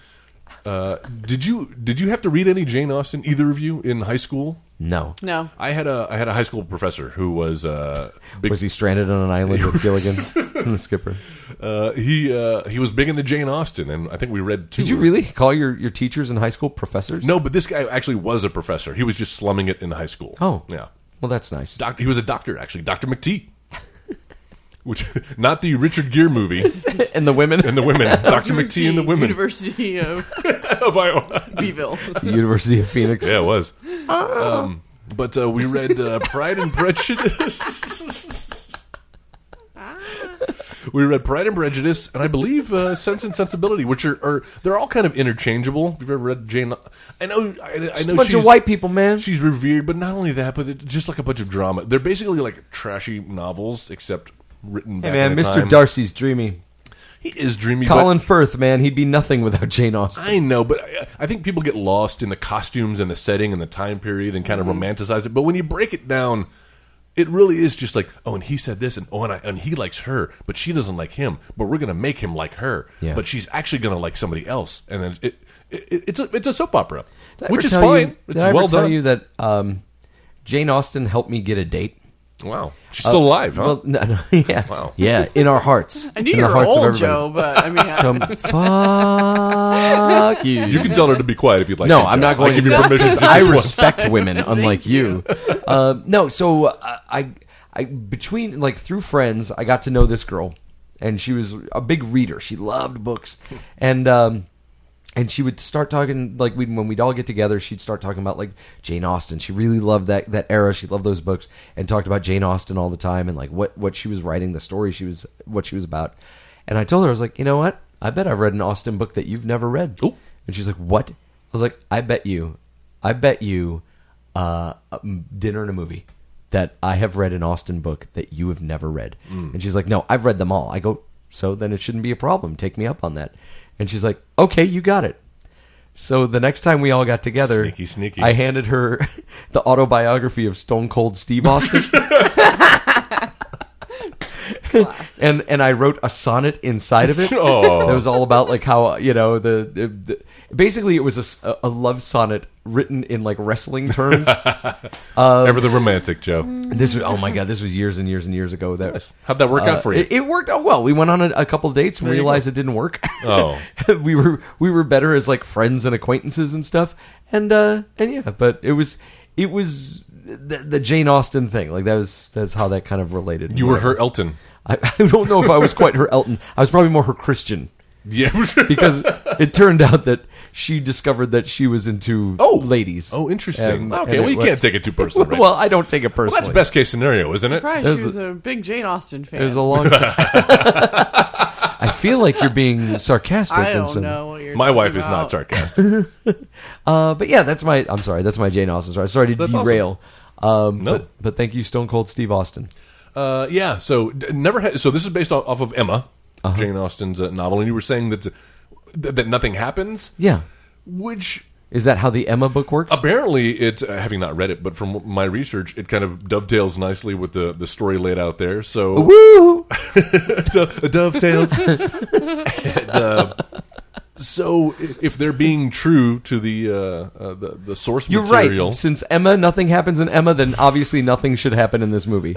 Speaker 4: Uh, did you did you have to read any Jane Austen? Either of you in high school?
Speaker 5: No.
Speaker 6: No.
Speaker 4: I had a I had a high school professor who was uh, big,
Speaker 5: Was he stranded on an island with Gilligan and the skipper?
Speaker 4: uh, he uh, he was big into Jane Austen, and I think we read two.
Speaker 5: Did you really call your, your teachers in high school professors?
Speaker 4: No, but this guy actually was a professor. He was just slumming it in high school.
Speaker 5: Oh.
Speaker 4: yeah.
Speaker 5: Well, that's nice.
Speaker 4: Doctor, he was a doctor actually, Doctor McTee, which not the Richard Gere movie
Speaker 5: and the women
Speaker 4: and the women, Doctor McTee and the women
Speaker 6: University of
Speaker 4: of Iowa.
Speaker 6: Beeville.
Speaker 5: the University of Phoenix.
Speaker 4: Yeah, it was. Um,
Speaker 5: Oh.
Speaker 4: but uh, we read uh, Pride and Prejudice. we read Pride and Prejudice, and I believe uh, Sense and Sensibility, which are, are they're all kind of interchangeable. If you've ever read Jane, I know, I, I know,
Speaker 5: a bunch of
Speaker 4: she's-
Speaker 5: white people, man.
Speaker 4: She's revered, but not only that, but it, just like a bunch of drama. They're basically like trashy novels, except written.
Speaker 5: Hey,
Speaker 4: back
Speaker 5: man,
Speaker 4: in the
Speaker 5: Mr.
Speaker 4: time.
Speaker 5: Darcy's dreamy.
Speaker 4: he is dreamy. but-
Speaker 5: Colin Firth, man, he'd be nothing without Jane Austen.
Speaker 4: I know, but I, I think people get lost in the costumes and the setting and the time period and kind of
Speaker 5: Mm-hmm.
Speaker 4: romanticize it. But when you break it down, it really is just like, oh, and he said this, and oh, and, I, and he likes her, but she doesn't like him. But we're gonna make him like her.
Speaker 5: Yeah.
Speaker 4: But she's actually gonna like somebody else, and then it, it, it it's a it's a soap opera,
Speaker 5: Did I
Speaker 4: which
Speaker 5: ever
Speaker 4: is
Speaker 5: tell
Speaker 4: fine.
Speaker 5: You,
Speaker 4: it's
Speaker 5: did I ever
Speaker 4: well
Speaker 5: tell
Speaker 4: done.
Speaker 5: you that um, Jane Austen helped me get a date?
Speaker 4: wow, she's still alive, huh?
Speaker 5: Uh, Well, no, no, yeah,
Speaker 4: Wow.
Speaker 5: yeah, in our hearts.
Speaker 6: I knew
Speaker 5: in
Speaker 6: you
Speaker 5: the
Speaker 6: were
Speaker 5: hearts of
Speaker 6: old,
Speaker 5: everybody.
Speaker 6: Joe, but I mean, I,
Speaker 5: Come, fuck you.
Speaker 4: you can tell her to be quiet if you'd like.
Speaker 5: no,
Speaker 4: to,
Speaker 5: I'm
Speaker 4: Joe.
Speaker 5: not going
Speaker 4: I'll give you permission.
Speaker 5: because
Speaker 4: just
Speaker 5: I
Speaker 4: this once.
Speaker 5: respect women, unlike you. Uh, no, so uh, I, I between like through friends, I got to know this girl, and she was a big reader. She loved books, and um, and she would start talking like we when we'd all get together, she'd start talking about like Jane Austen. She really loved that that era. She loved those books, and talked about Jane Austen all the time, and like what what she was writing, the story she was what she was about. And I told her I was like, you know what? I bet I've read an Austen book that you've never read.
Speaker 4: Ooh.
Speaker 5: And she's like, "What?" I was like, "I bet you, I bet you, uh, a m- dinner and a movie that I have read an Austin book that you have never read."
Speaker 4: Mm.
Speaker 5: And she's like, "No, I've read them all." I go, "So then it shouldn't be a problem. Take me up on that." And she's like, "Okay, you got it." So the next time we all got together,
Speaker 4: Sneaky, sneaky.
Speaker 5: I handed her the autobiography of Stone Cold Steve Austin. and and I wrote a sonnet inside of it.
Speaker 4: Oh.
Speaker 5: That was all about like how you know the, the, the- basically it was a s- a, love sonnet written in like wrestling terms.
Speaker 4: Ever the romantic, Joe.
Speaker 5: this was, oh my god, this was years and years and years ago. That
Speaker 4: How'd that work
Speaker 5: uh,
Speaker 4: out for you?
Speaker 5: It, it worked out well. We went on a, a couple of dates and
Speaker 4: you
Speaker 5: realized it didn't work.
Speaker 4: Oh.
Speaker 5: we were we were better as like friends and acquaintances and stuff. And uh and yeah, but it was it was the, the Jane Austen thing. Like that was that's how that kind of related.
Speaker 4: you were her Elton.
Speaker 5: I, I don't know if I was quite her Elton. I was probably more her Christian
Speaker 4: Yeah.
Speaker 5: because it turned out that she discovered that she was into
Speaker 4: Oh.
Speaker 5: ladies.
Speaker 4: Oh, interesting.
Speaker 5: And-
Speaker 4: okay,
Speaker 5: and
Speaker 4: well,
Speaker 5: it
Speaker 4: you
Speaker 5: was-
Speaker 4: can't take it too personally. right?
Speaker 5: Well, I don't take it
Speaker 4: Well,
Speaker 5: personally.
Speaker 4: that's best case scenario, isn't it?
Speaker 6: surprised
Speaker 5: There's
Speaker 6: she was a, big Jane Austen fan.
Speaker 5: It was a long time. I feel like you're being sarcastic.
Speaker 6: I
Speaker 5: in
Speaker 6: don't
Speaker 5: some-
Speaker 6: know what you're
Speaker 4: My
Speaker 6: talking
Speaker 4: wife is not
Speaker 6: about.
Speaker 4: sarcastic.
Speaker 5: Uh, but yeah, that's my. I'm sorry. That's my Jane Austen. Sorry, sorry to
Speaker 4: That's
Speaker 5: derail. Um,
Speaker 4: No.
Speaker 5: but, but thank you, Stone Cold Steve Austin.
Speaker 4: Uh, yeah. So d- never. Ha- so this is based off, off of Emma, Jane Austen's uh, novel, and you were saying that th- that nothing happens.
Speaker 5: Yeah,
Speaker 4: Which
Speaker 5: is that how the Emma book works?
Speaker 4: apparently it, uh, having not read it, but from my research, it kind of dovetails nicely with the the story laid out there. So
Speaker 5: Woo!
Speaker 4: Do- dovetails. And, uh, so i- if they're being true to the uh, uh, the, the source
Speaker 5: You're
Speaker 4: material,
Speaker 5: right. Since Emma, nothing happens in Emma, then obviously nothing should happen in this movie.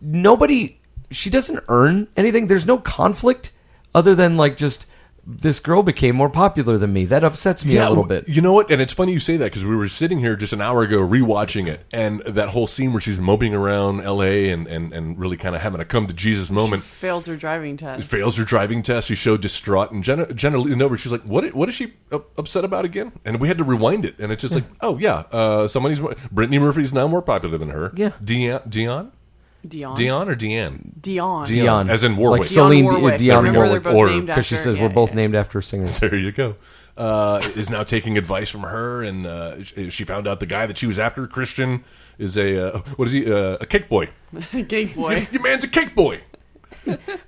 Speaker 5: Nobody, she doesn't earn anything. There's no conflict other than like just this girl became more popular than me. That upsets me a little
Speaker 4: w-
Speaker 5: bit.
Speaker 4: You know what? And it's funny you say that because we were sitting here just an hour ago rewatching it, and that whole scene where she's moping around L.A. and and, and really kind of having a come to Jesus moment.
Speaker 6: Fails her driving test.
Speaker 4: Fails her driving test. She's so distraught, and Jenna, Jenna leaned over. She's like, "What? i- What is she up- upset about again?" And we had to rewind it, and it's just like, "Oh yeah, uh, somebody's more- Brittany Murphy's now more popular than her."
Speaker 5: Yeah.
Speaker 4: Dion, Dion,
Speaker 6: Dion.
Speaker 4: Dion, or Deanne,
Speaker 6: Dion.
Speaker 4: Dion. as in Warwick.
Speaker 5: Like
Speaker 6: Dion
Speaker 5: Celine
Speaker 6: Warwick.
Speaker 5: Warwick. Dion
Speaker 6: Remember they're
Speaker 5: Warwick.
Speaker 6: both
Speaker 4: or-
Speaker 6: named after.
Speaker 5: Because she says
Speaker 6: yeah,
Speaker 5: we're both
Speaker 6: yeah.
Speaker 5: named after singers.
Speaker 4: There you go. Uh, is now taking advice from her, and uh, sh- she found out the guy that she was after, Christian, is a uh, what is he? Uh, a cake boy.
Speaker 6: Gay boy.
Speaker 4: Your man's a cake boy.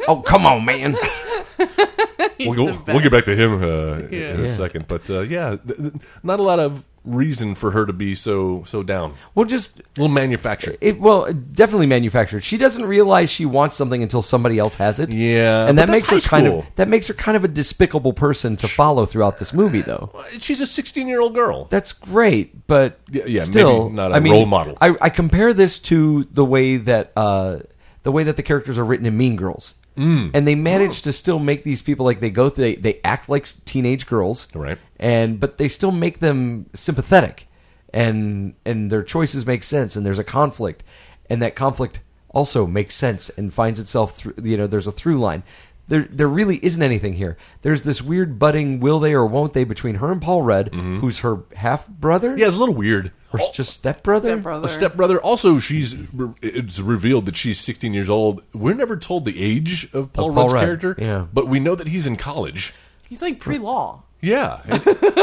Speaker 5: Oh, come on, man.
Speaker 4: we'll,
Speaker 6: the
Speaker 4: we'll, we'll get back
Speaker 6: best.
Speaker 4: to him uh, in-
Speaker 6: Yeah.
Speaker 4: in a
Speaker 5: Yeah.
Speaker 4: second. But uh, yeah, th- th- not a lot of reason for her to be so so down.
Speaker 5: Well, just
Speaker 4: A little manufactured.
Speaker 5: it, well, definitely manufactured. She doesn't realize she wants something until somebody else has it.
Speaker 4: Yeah,
Speaker 5: and
Speaker 4: but
Speaker 5: that
Speaker 4: that's
Speaker 5: makes her
Speaker 4: high
Speaker 5: kind of
Speaker 4: school.
Speaker 5: that makes her kind of a despicable person to follow throughout this movie, though.
Speaker 4: She's a 16 year old girl.
Speaker 5: That's great, but
Speaker 4: Yeah, yeah, maybe
Speaker 5: still,
Speaker 4: not a
Speaker 5: I mean,
Speaker 4: role model.
Speaker 5: I, I compare this to the way that uh, the way that the characters are written in Mean Girls, mm. and they manage
Speaker 4: Oh.
Speaker 5: to still make these people like they go through, they they act like teenage girls,
Speaker 4: Right.
Speaker 5: And but they still make them sympathetic, and and their choices make sense, and there's a conflict, and that conflict also makes sense and finds itself through you know there's a through line. There, there really isn't anything here. There's this weird budding will they or won't they between her and Paul Rudd, who's her half brother
Speaker 4: yeah, it's a little weird.
Speaker 5: or just stepbrother?
Speaker 6: Stepbrother.
Speaker 4: A stepbrother. Also, she's it's revealed that she's 16 years old. We're never told the age of Paul,
Speaker 5: Paul
Speaker 4: Rudd's
Speaker 5: Rudd,
Speaker 4: character,
Speaker 5: yeah.
Speaker 4: but we know that he's in college.
Speaker 6: He's like pre-law.
Speaker 4: Yeah.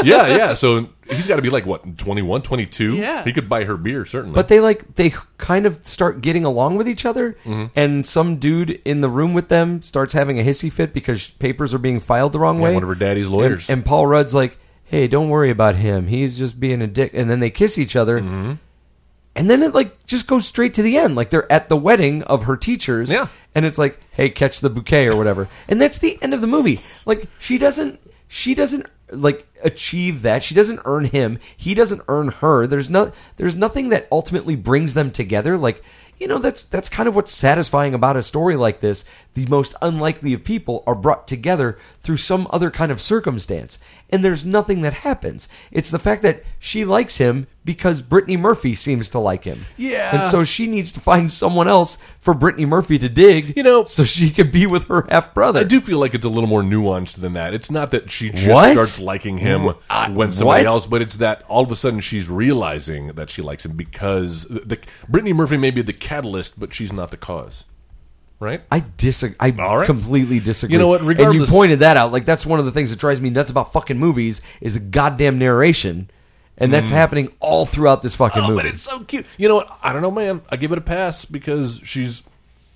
Speaker 4: yeah, yeah. So he's got to be like, what, 21, 22?
Speaker 6: Yeah.
Speaker 4: He could buy her beer, certainly.
Speaker 5: But they like they kind of start getting along with each other,
Speaker 4: Mm-hmm.
Speaker 5: and some dude in the room with them starts having a hissy fit because papers are being filed the wrong way.
Speaker 4: one of her daddy's
Speaker 5: And-
Speaker 4: lawyers.
Speaker 5: And, Paul Rudd's like, "Hey, don't worry about him. He's just being a dick." And then they kiss each other.
Speaker 4: Mm-hmm.
Speaker 5: And then it like just goes straight to the end. Like they're at the wedding of her teachers.
Speaker 4: Yeah.
Speaker 5: And it's like, hey, catch the bouquet or whatever. and that's the end of the movie. Like she doesn't she doesn't like achieve that. She doesn't earn him. He doesn't earn her. There's no there's nothing that ultimately brings them together. Like you know that's that's kind of what's satisfying about a story like this. The most unlikely of people are brought together through some other kind of circumstance, and there's nothing that happens. It's the fact that she likes him because Brittany Murphy seems to like him.
Speaker 4: Yeah.
Speaker 5: and so she needs to find someone else for Brittany Murphy to dig.
Speaker 4: You know-
Speaker 5: so she could be with her half brother.
Speaker 4: I do feel like it's a little more nuanced than that. It's not that she just
Speaker 5: What?
Speaker 4: starts liking him
Speaker 5: Uh,
Speaker 4: when somebody
Speaker 5: what?
Speaker 4: else, but it's that all of a sudden she's realizing that she likes him because the, the Brittany Murphy may be the catalyst, but she's not the cause. Right?
Speaker 5: I disagree. I
Speaker 4: All right.
Speaker 5: completely disagree.
Speaker 4: You know what,
Speaker 5: and you
Speaker 4: regardless-
Speaker 5: pointed that out. Like that's one of the things that drives me nuts about fucking movies is the goddamn narration, and that's happening all throughout this fucking
Speaker 4: Mm. Oh,
Speaker 5: movie.
Speaker 4: but it's so cute. You know what? I don't know, man. I give it a pass because she's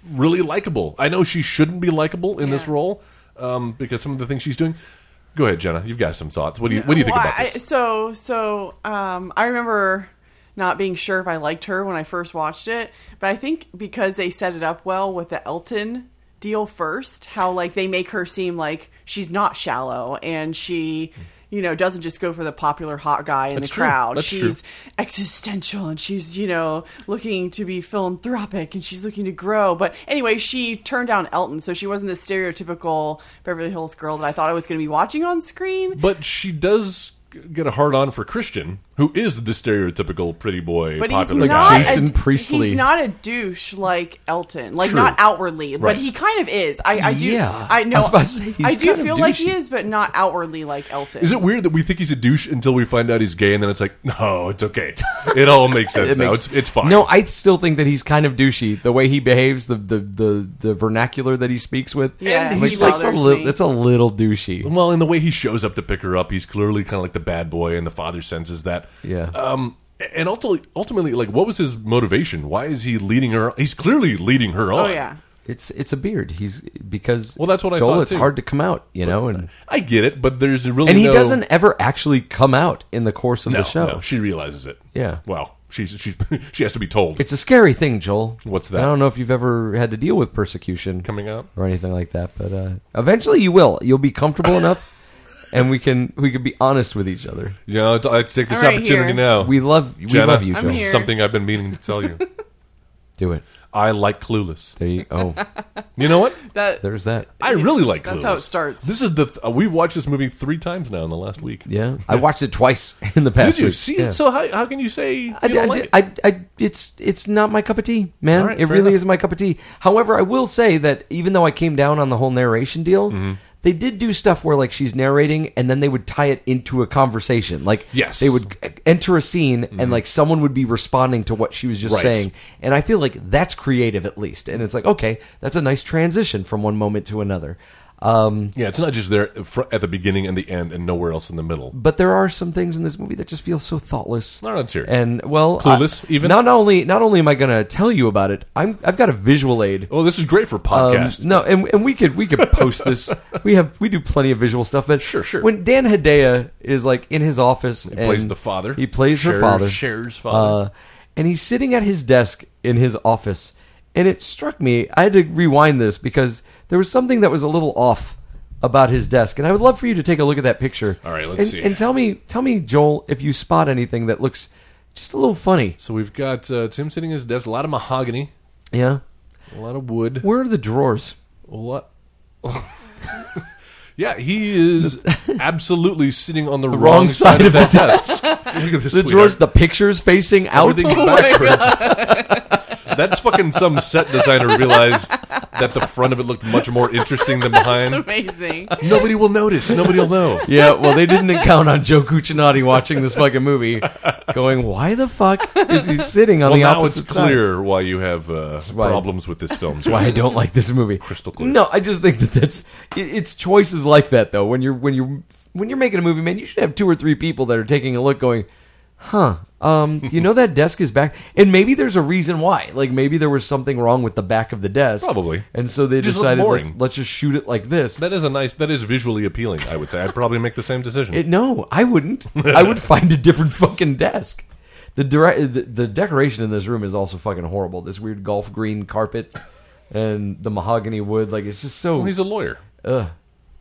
Speaker 4: really likable. I know she shouldn't be likable in this
Speaker 6: Yeah.
Speaker 4: role um, because some of the things she's doing. Go ahead, Jenna. You've got some thoughts. What do you What do you think
Speaker 6: Well,
Speaker 4: about
Speaker 6: I,
Speaker 4: this?
Speaker 6: so so um, I remember not being sure if I liked her when I first watched it, but I think because they set it up well with the Elton deal first, how like they make her seem like she's not shallow and she. You know, doesn't just go for the popular hot guy in
Speaker 4: That's
Speaker 6: the
Speaker 4: true.
Speaker 6: crowd.
Speaker 4: That's
Speaker 6: she's
Speaker 4: true.
Speaker 6: existential and she's, you know, looking to be philanthropic and she's looking to grow. But anyway, she turned down Elton, so she wasn't the stereotypical Beverly Hills girl that I thought I was going to be watching on screen.
Speaker 4: But she does get a hard on for Christian, who is the stereotypical pretty boy,
Speaker 6: but he's
Speaker 4: popular
Speaker 6: not
Speaker 4: guy.
Speaker 5: Jason
Speaker 6: a,
Speaker 5: Priestley.
Speaker 6: He's not a douche like Elton, like
Speaker 4: True.
Speaker 6: not outwardly,
Speaker 4: Right.
Speaker 6: but he kind of is. I, I do.
Speaker 5: Yeah.
Speaker 6: I
Speaker 5: I
Speaker 6: know.
Speaker 5: was about to say, he's
Speaker 6: I do
Speaker 5: kind of
Speaker 6: feel like he
Speaker 5: douchey.
Speaker 6: is, but not outwardly like Elton.
Speaker 4: Is it weird that we think he's a douche until we find out he's gay, and then it's like, no, it's okay. It all makes sense
Speaker 5: It
Speaker 4: now.
Speaker 5: makes-
Speaker 4: It's it's fine.
Speaker 5: No, I still think that he's kind of douchey. The way he behaves, the the the, the vernacular that he speaks with,
Speaker 6: Yeah,
Speaker 5: Like,
Speaker 6: he bothers
Speaker 5: that's a little,
Speaker 6: me.
Speaker 5: that's a little douchey.
Speaker 4: well, in the way he shows up to pick her up, he's clearly kind of like the bad boy, and the father senses that.
Speaker 5: Yeah.
Speaker 4: Um, and ultimately, ultimately, like, what was his motivation? Why is he leading her? He's clearly leading her on.
Speaker 6: oh yeah.
Speaker 5: It's it's a beard. He's because
Speaker 4: Well, that's what I
Speaker 5: Joel,
Speaker 4: thought,
Speaker 5: It's
Speaker 4: too.
Speaker 5: hard to come out, you know, and
Speaker 4: I get it, but there's really
Speaker 5: and he
Speaker 4: no-
Speaker 5: doesn't ever actually come out in the course of
Speaker 4: No,
Speaker 5: the show.
Speaker 4: no, she realizes it.
Speaker 5: Yeah.
Speaker 4: Well, she's she's she has to be told.
Speaker 5: It's a scary thing, Joel.
Speaker 4: What's that?
Speaker 5: I don't know if you've ever had to deal with persecution
Speaker 4: Coming up?
Speaker 5: or anything like that, but uh, eventually you will. You'll be comfortable enough, and we can we can be honest with each other.
Speaker 4: You know, I take this
Speaker 6: I'm right
Speaker 4: opportunity
Speaker 6: here.
Speaker 4: now.
Speaker 5: We love we
Speaker 4: Oh. Jenna,
Speaker 5: love you,
Speaker 6: I'm
Speaker 5: Joel.
Speaker 6: here.
Speaker 4: Something I've been meaning to tell you.
Speaker 5: Do it.
Speaker 4: I like Clueless.
Speaker 5: There you. Oh,
Speaker 4: You know what?
Speaker 6: That
Speaker 5: there's that.
Speaker 4: I really like Clueless.
Speaker 6: That's how it starts.
Speaker 4: This is the th- uh, we've watched this movie three times now in the last week.
Speaker 5: Yeah, I watched it twice in the
Speaker 4: Did
Speaker 5: past.
Speaker 4: you
Speaker 5: week.
Speaker 4: see
Speaker 5: Yeah.
Speaker 4: it? So how, how can you say you
Speaker 5: I,
Speaker 4: don't
Speaker 5: I,
Speaker 4: like it?
Speaker 5: I, I, it's it's not my cup of tea, man.
Speaker 4: All right,
Speaker 5: it
Speaker 4: fair
Speaker 5: really
Speaker 4: enough.
Speaker 5: isn't my cup of tea. However, I will say that even though I came down on the whole narration deal,
Speaker 4: Mm-hmm.
Speaker 5: they did do stuff where like she's narrating and then they would tie it into a conversation. Like
Speaker 4: Yes. Mm-hmm.
Speaker 5: they would e- enter a scene and like someone would be responding to what she was just
Speaker 4: Right.
Speaker 5: saying, and I feel like that's creative at least. And it's like okay, that's a nice transition from one moment to another. Um,
Speaker 4: Yeah, it's not just there fr- at the beginning and the end and nowhere else in the middle.
Speaker 5: but there are some things in this movie that just feel so thoughtless.
Speaker 4: No, no, it's here.
Speaker 5: And well,
Speaker 4: Clueless,
Speaker 5: I-
Speaker 4: even?
Speaker 5: Not, not only not only am I going to tell you about it, I'm I've got a visual aid.
Speaker 4: Oh, this is great for
Speaker 5: Um,
Speaker 4: podcast.
Speaker 5: no, and, and we could we could post this. We have we do plenty of visual stuff, but
Speaker 4: Sure, sure.
Speaker 5: When Dan Hedaya is like in his office, he
Speaker 4: plays the father.
Speaker 5: He plays her
Speaker 4: Cher-
Speaker 5: father,
Speaker 4: Cher's father.
Speaker 5: uh, and he's sitting at his desk in his office. And it struck me. I had to rewind this because there was something that was a little off about his desk, and I would love for you to take a look at that picture.
Speaker 4: All right, let's
Speaker 5: and,
Speaker 4: see.
Speaker 5: And tell me, tell me, Joel, if you spot anything that looks just a little funny.
Speaker 4: So we've got uh, Tim sitting at his desk, a lot of mahogany,
Speaker 5: Yeah.
Speaker 4: a lot of wood,
Speaker 5: Where are the drawers?
Speaker 4: a lot. yeah, he is absolutely sitting on the, wrong, side, of that desk. Look at this.
Speaker 5: The drawers, the pictures facing out.
Speaker 4: Everything's backwards. That's fucking some set designer realized that the front of it looked much more interesting than behind.
Speaker 6: Amazing.
Speaker 4: Nobody will notice. Nobody will know.
Speaker 5: Yeah, well, they didn't count on Joe Cucinotti watching this fucking movie, going, "Why the fuck is he sitting on
Speaker 4: Well,
Speaker 5: the
Speaker 4: now it's
Speaker 5: opposite side?"
Speaker 4: clear why you have uh,
Speaker 5: why-
Speaker 4: problems with this film.
Speaker 5: That's why I don't like this movie.
Speaker 4: Crystal clear.
Speaker 5: No, I just think that that's it- it's choices like that though. When you're when you're when you're making a movie, man, you should have two or three people that are taking a look, going, "Huh." Um, you know that desk is back, and maybe there's a reason why. Like maybe there was something wrong with the back of the desk,
Speaker 4: Probably.
Speaker 5: and so they
Speaker 4: Just looked
Speaker 5: decided
Speaker 4: boring.
Speaker 5: let's, let's just shoot it like this.
Speaker 4: That is a nice. That is visually appealing. I would say I'd probably make the same decision.
Speaker 5: It, no, I wouldn't. I would find a different fucking desk. The, dire- the the decoration in this room is also fucking horrible. This weird golf green carpet and the mahogany wood, like it's just so
Speaker 4: well, he's a lawyer.
Speaker 5: ugh,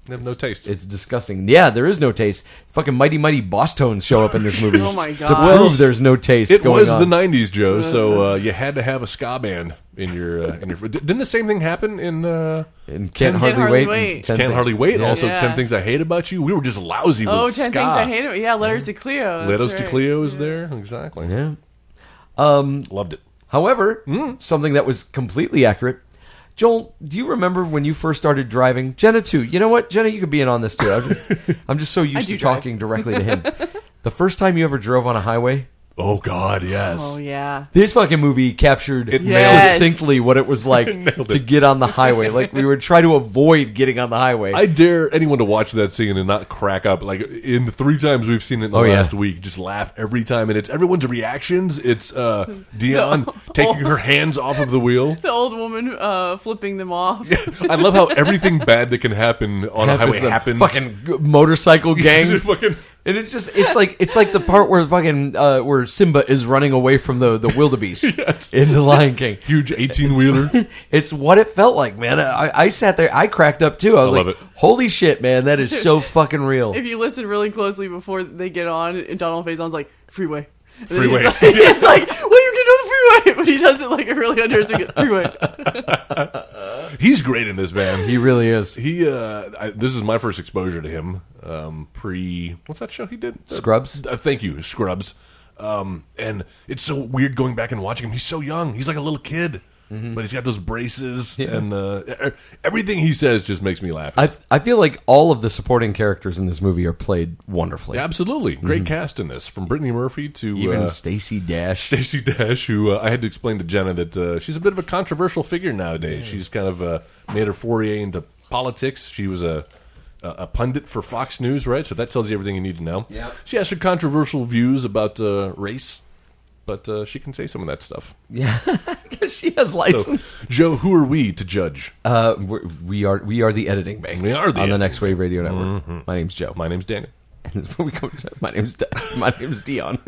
Speaker 4: They have no taste.
Speaker 5: it's disgusting. Yeah, there is no taste. Fucking mighty mighty boss tones show up in this movie.
Speaker 6: Oh my
Speaker 5: To
Speaker 6: God.
Speaker 5: prove there's no taste.
Speaker 4: it
Speaker 5: going
Speaker 4: was
Speaker 5: on.
Speaker 4: the '90s, Joe. So uh, you had to have a ska band in your. Uh, in your didn't the same thing happen in? Uh,
Speaker 5: And can't hardly,
Speaker 6: Hardly
Speaker 5: wait.
Speaker 6: Wait.
Speaker 5: and
Speaker 4: Can't
Speaker 5: 10 Things.
Speaker 4: hardly wait.
Speaker 5: Yeah.
Speaker 4: Also,
Speaker 6: Yeah.
Speaker 4: ten things I hate about you. We were just lousy
Speaker 6: Oh,
Speaker 4: with
Speaker 6: 10
Speaker 4: ska.
Speaker 6: Things I Hate About Yeah, Letters to Cleo. that's
Speaker 4: Letters to
Speaker 6: right.
Speaker 4: Cleo is there. Exactly.
Speaker 5: Yeah. Um,
Speaker 4: Loved it.
Speaker 5: However, something that was completely accurate. Joel, do you remember when you first started driving? Jenna, too. You know what? Jenna, you could be in on this, too. I'm just, I'm just so used
Speaker 6: do
Speaker 5: to
Speaker 6: drive.
Speaker 5: talking directly to him. the first time you ever drove on a highway,
Speaker 4: Oh God, yes.
Speaker 6: Oh, yeah.
Speaker 5: this fucking movie captured
Speaker 4: It nailed
Speaker 6: it.
Speaker 5: succinctly what it was like to
Speaker 4: it.
Speaker 5: get on the highway. Like, we would try to avoid getting on the highway.
Speaker 4: I dare anyone to watch that scene and not crack up. Like in the three times we've seen it in the
Speaker 5: Oh, yeah.
Speaker 4: last week, just laugh every time. And it's everyone's reactions. It's uh, Dion taking her hands off of the wheel.
Speaker 6: The old woman uh, flipping them off.
Speaker 4: I love how everything bad that can happen on a
Speaker 5: Happens
Speaker 4: highway
Speaker 5: to
Speaker 4: happens.
Speaker 5: Fucking g- motorcycle gang.
Speaker 4: Just fucking-
Speaker 5: And it's just it's like it's like the part where fucking uh, where Simba is running away from the the wildebeest in the Lion King.
Speaker 4: huge eighteen wheeler.
Speaker 5: It's what it felt like, man. I, I sat there, I cracked up too. I was
Speaker 4: I
Speaker 5: like,
Speaker 4: love it.
Speaker 5: "Holy shit, man! That is so fucking real."
Speaker 6: if you listen really closely before they get on, and Donald Faison's like, freeway. And then
Speaker 4: Freeway.
Speaker 6: He's like, it's like, well, you can do the freeway. But he does it like it really understands. Freeway.
Speaker 4: He's great in this man.
Speaker 5: He really is.
Speaker 4: He, uh, I, this is my first exposure to him. Um, pre, what's that show he did?
Speaker 5: Scrubs?
Speaker 4: Uh, thank you, Scrubs. Um, and it's so weird going back and watching him. He's so young. He's like a little kid,
Speaker 5: Mm-hmm.
Speaker 4: but he's got those braces and uh, e- everything he says just makes me laugh.
Speaker 5: I I feel like all of the supporting characters in this movie are played wonderfully.
Speaker 4: Absolutely, great cast in this, from Brittany Murphy to
Speaker 5: Mm-hmm. Even
Speaker 4: uh,
Speaker 5: Stacy Dash.
Speaker 4: Stacey Dash, who uh, I had to explain to Jenna that uh, she's a bit of a controversial figure nowadays. She's kind of uh, made her foray into politics. She was a a a pundit for Fox News, right? So that tells you everything you need to know. Yeah. She has her controversial views about uh, race, but uh, she can say some of that stuff.
Speaker 5: Yeah, she has license.
Speaker 4: Joe, who are we to judge?
Speaker 5: Uh, we're, we are we are the editing bank.
Speaker 4: We are the
Speaker 5: on
Speaker 4: editing
Speaker 5: the
Speaker 4: Mm-hmm.
Speaker 5: Next Wave Radio Network. My name's Joe.
Speaker 4: My name's Daniel.
Speaker 5: we go to- my name's De- my name's Dion.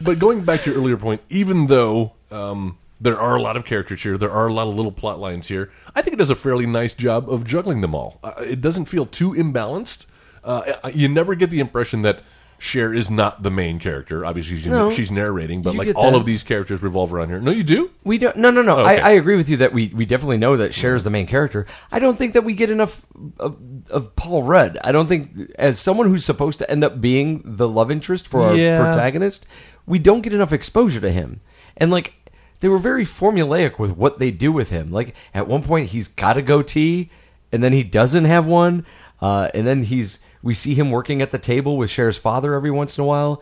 Speaker 4: but going back to your earlier point, even though um, there are a lot of characters here, there are a lot of little plot lines here, I think it does a fairly nice job of juggling them all. Uh, it doesn't feel too imbalanced. Uh, I- you never get the impression that Cher is not the main character. Obviously, she's,
Speaker 5: No.
Speaker 4: she's narrating, but
Speaker 5: You
Speaker 4: like
Speaker 5: get
Speaker 4: all
Speaker 5: that.
Speaker 4: of these characters revolve around her. No, you do.
Speaker 5: We don't. No, no, no.
Speaker 4: Okay.
Speaker 5: I, I agree with you that we, we definitely know that Cher is the main character. I don't think that we get enough of, of Paul Rudd. I don't think as someone who's supposed to end up being the love interest for our
Speaker 4: Yeah.
Speaker 5: protagonist, we don't get enough exposure to him. And like they were very formulaic with what they do with him. Like at one point he's got a goatee, and then he doesn't have one, uh, and then he's we see him working at the table with Cher's father every once in a while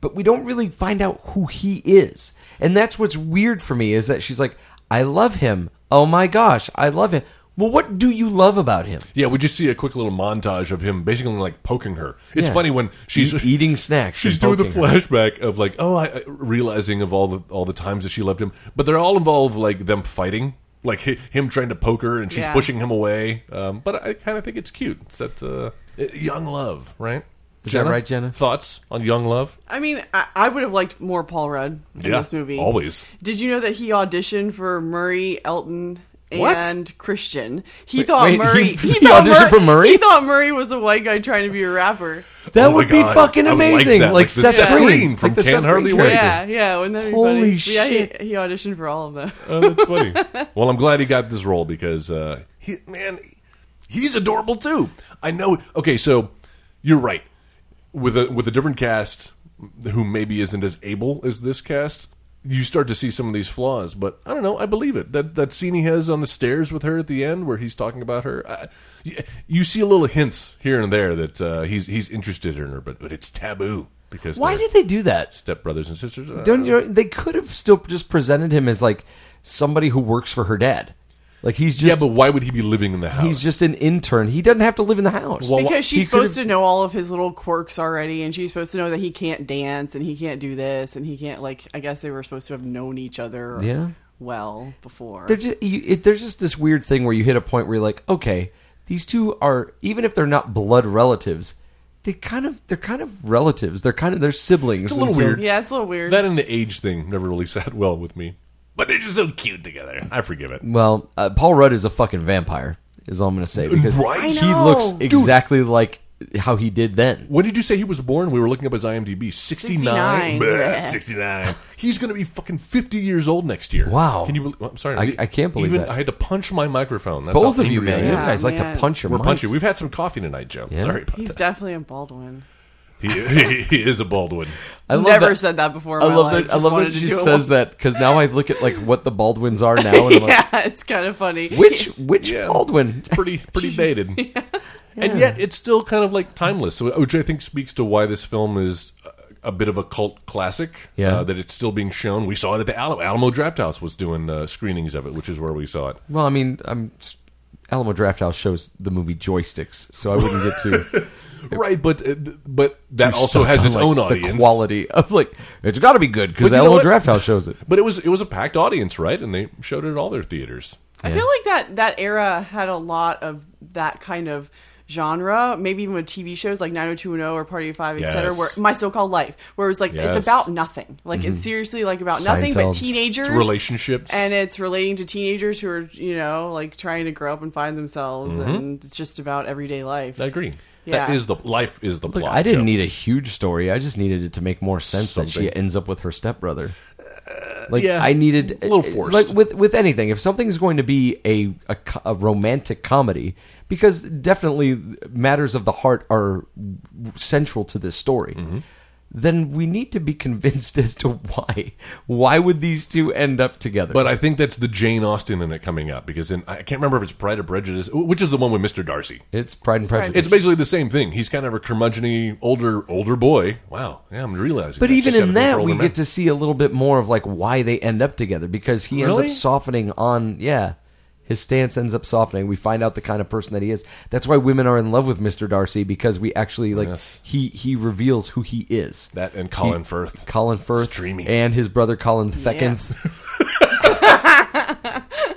Speaker 5: but we don't really find out who he is. And that's what's weird for me is that she's like, I love him. Oh my gosh, I love him. Well, what do you love about him?
Speaker 4: Yeah, we just see a quick little montage of him basically like poking her. It's
Speaker 5: Yeah.
Speaker 4: funny when she's
Speaker 5: E- eating snacks.
Speaker 4: She's
Speaker 5: and
Speaker 4: doing the
Speaker 5: poking her.
Speaker 4: flashback of like, oh, I I- realizing of all the all the times that she loved him, but they're all involved like them fighting, like hi- him trying to poke her and she's
Speaker 6: Yeah.
Speaker 4: pushing him away. Um, but I kind of think it's cute. It's that uh, young love, right?
Speaker 5: Is that right, Jenna?
Speaker 4: Thoughts on young love?
Speaker 6: I mean, I, I would have liked more Paul Rudd in
Speaker 4: Yeah,
Speaker 6: this movie.
Speaker 4: always.
Speaker 6: Did you know that he auditioned for Murray Elton?
Speaker 4: What?
Speaker 6: And Christian, he
Speaker 5: Wait,
Speaker 6: thought
Speaker 5: wait,
Speaker 6: Murray.
Speaker 5: he-
Speaker 6: He,
Speaker 5: he
Speaker 6: thought
Speaker 5: auditioned for Murray?
Speaker 6: He thought Murray was a white guy trying to be a rapper.
Speaker 5: That
Speaker 4: Oh my
Speaker 5: would be
Speaker 4: God,
Speaker 5: fucking
Speaker 4: I like
Speaker 5: amazing.
Speaker 4: that,
Speaker 5: Like,
Speaker 4: like the
Speaker 5: Seth
Speaker 4: Seth
Speaker 5: Green,
Speaker 4: Green
Speaker 5: Like
Speaker 4: from
Speaker 5: the
Speaker 4: Can't
Speaker 5: Seth
Speaker 4: Hardly
Speaker 5: Green
Speaker 4: Wait.
Speaker 5: character.
Speaker 6: Yeah, yeah. Wouldn't that be
Speaker 5: Holy
Speaker 6: funny? Yeah,
Speaker 5: shit.
Speaker 6: he, he auditioned for all of them.
Speaker 4: Oh, that's funny. well, I'm glad he got this role because uh, he, man, he's adorable too. I know. Okay, so you're right. With a with a different cast, who maybe isn't as able as this cast, you start to see some of these flaws. But I don't know. I believe it. That that scene he has on the stairs with her at the end, where he's talking about her, uh, you, you see little hints here and there that uh, he's he's interested in her, but but it's taboo because
Speaker 5: Why
Speaker 4: they're
Speaker 5: did they do that?
Speaker 4: stepbrothers and sisters. Uh,
Speaker 5: Don't you? They could have still just presented him as like somebody who works for her dad. Like he's
Speaker 4: yeah,
Speaker 5: just
Speaker 4: but why would he be living in the house?
Speaker 5: he's just an intern. He doesn't have to live in the house.
Speaker 4: Well,
Speaker 6: because
Speaker 5: he
Speaker 6: she's supposed
Speaker 5: could've-
Speaker 6: to know all of his little quirks already, and she's supposed to know that he can't dance and he can't do this and he can't like. I guess they were supposed to have known each other.
Speaker 5: Yeah.
Speaker 6: Well, before
Speaker 5: They're just, you, it, there's just this weird thing where you hit a point where you're like, okay, these two are even if they're not blood relatives, they kind of they're kind of relatives. They're kind of they're siblings.
Speaker 4: It's a
Speaker 5: and
Speaker 4: little
Speaker 5: so-
Speaker 4: weird.
Speaker 6: yeah, it's a little weird.
Speaker 4: That and the age thing never really sat well with me. But they're just so cute together. I forgive it.
Speaker 5: Well, uh, Paul Rudd is a fucking vampire. Is all I'm gonna say because
Speaker 4: Right?
Speaker 5: he looks exactly like how he did then.
Speaker 4: When did you say he was born? We were looking up his IMDb.
Speaker 6: 69.
Speaker 4: 69. Bleh,
Speaker 6: Yeah.
Speaker 4: 69. He's going to be fucking 50 years old next year.
Speaker 5: Wow.
Speaker 4: Can you believe I'm sorry.
Speaker 5: I- I can't believe
Speaker 4: Even,
Speaker 5: that.
Speaker 4: I had to punch my microphone. That's
Speaker 5: Both
Speaker 4: how
Speaker 5: of you,
Speaker 4: angry
Speaker 5: man,
Speaker 4: I
Speaker 5: you
Speaker 4: am.
Speaker 5: guys like
Speaker 6: man.
Speaker 5: to punch your
Speaker 4: We're
Speaker 5: mics.
Speaker 4: punchy. We've had some coffee tonight, Joe.
Speaker 5: Yeah.
Speaker 4: Sorry about
Speaker 6: He's
Speaker 4: that.
Speaker 6: definitely a Baldwin.
Speaker 4: He, he is a Baldwin.
Speaker 5: I love
Speaker 6: Never
Speaker 5: that-
Speaker 6: said that before. In
Speaker 5: I
Speaker 6: my
Speaker 5: love
Speaker 6: life.
Speaker 5: that. I
Speaker 6: Just
Speaker 5: love
Speaker 6: wanted
Speaker 5: that
Speaker 6: to
Speaker 5: she
Speaker 6: do it
Speaker 5: says
Speaker 6: once.
Speaker 5: that because now I look at like what the Baldwins are now, and I'm like,
Speaker 6: yeah, it's kind of funny.
Speaker 5: which which
Speaker 4: Yeah.
Speaker 5: Baldwin?
Speaker 4: pretty pretty dated. And yet it's still kind of like timeless, so- which I think speaks to why this film is a a bit of a cult classic.
Speaker 5: Yeah.
Speaker 4: uh, that it's still being shown. We saw it at the Alamo, Alamo Draft House was doing uh, screenings of it, which is where we saw it.
Speaker 5: Well, I mean, I'm Alamo Drafthouse shows the movie Joysticks, so I wouldn't get to
Speaker 4: Right, but uh, th- but that
Speaker 5: be
Speaker 4: also
Speaker 5: stuck
Speaker 4: has
Speaker 5: on,
Speaker 4: its
Speaker 5: like,
Speaker 4: own
Speaker 5: the
Speaker 4: audience.
Speaker 5: quality of like it's got to be good
Speaker 4: But
Speaker 5: because
Speaker 4: you know
Speaker 5: Alamo
Speaker 4: what?
Speaker 5: Drafthouse shows it.
Speaker 4: But it was it was a packed audience, right? And they showed it at all their theaters.
Speaker 6: I feel like that that era had a lot of that kind of genre, maybe even with TV shows like 90210 or Party of Five, et cetera,
Speaker 4: Yes.
Speaker 6: where My So-Called Life, where it's like
Speaker 4: Yes.
Speaker 6: it's about nothing. Like it's seriously like about nothing but
Speaker 5: Mm-hmm. Seinfeld.
Speaker 6: teenagers,
Speaker 4: It's relationships.
Speaker 6: and it's relating to teenagers who are you know like trying to grow up and find themselves,
Speaker 5: Mm-hmm.
Speaker 6: and it's just about everyday life.
Speaker 4: I agree. That
Speaker 6: Yeah.
Speaker 4: is the life is the
Speaker 5: Look,
Speaker 4: plot.
Speaker 5: I didn't
Speaker 4: Joe.
Speaker 5: need a huge story. I just needed it to make more sense that she
Speaker 4: Something. Uh,
Speaker 5: ends up with her stepbrother. Like
Speaker 4: yeah.
Speaker 5: I needed uh,
Speaker 4: A little forced.
Speaker 5: Like with with anything, if something's going to be a, a co- a romantic comedy, because definitely matters of the heart are central to this story.
Speaker 4: Mm-hmm.
Speaker 5: Then we need to be convinced as to why. Why would these two end up together?
Speaker 4: But I think that's the Jane Austen in it coming up because in, I can't remember if it's Pride or Prejudice, which is the one with Mister Darcy.
Speaker 5: it's Pride and Prejudice.
Speaker 4: It's basically the same thing. He's kind of a curmudgeon older older boy. Wow, yeah, I'm realizing.
Speaker 5: But
Speaker 4: that.
Speaker 5: even
Speaker 4: She's got
Speaker 5: in
Speaker 4: a thing for
Speaker 5: that, we
Speaker 4: older men.
Speaker 5: get to see a little bit more of like why they end up together because he
Speaker 4: Really?
Speaker 5: ends up softening on yeah, his stance ends up softening. We find out the kind of person that he is. That's why women are in love with Mister Darcy because we actually like
Speaker 4: Yes.
Speaker 5: he he reveals who he is.
Speaker 4: that and Colin
Speaker 5: He-
Speaker 4: Firth.
Speaker 5: Colin Firth,
Speaker 4: Streamy.
Speaker 5: and his brother Colin Theckenth.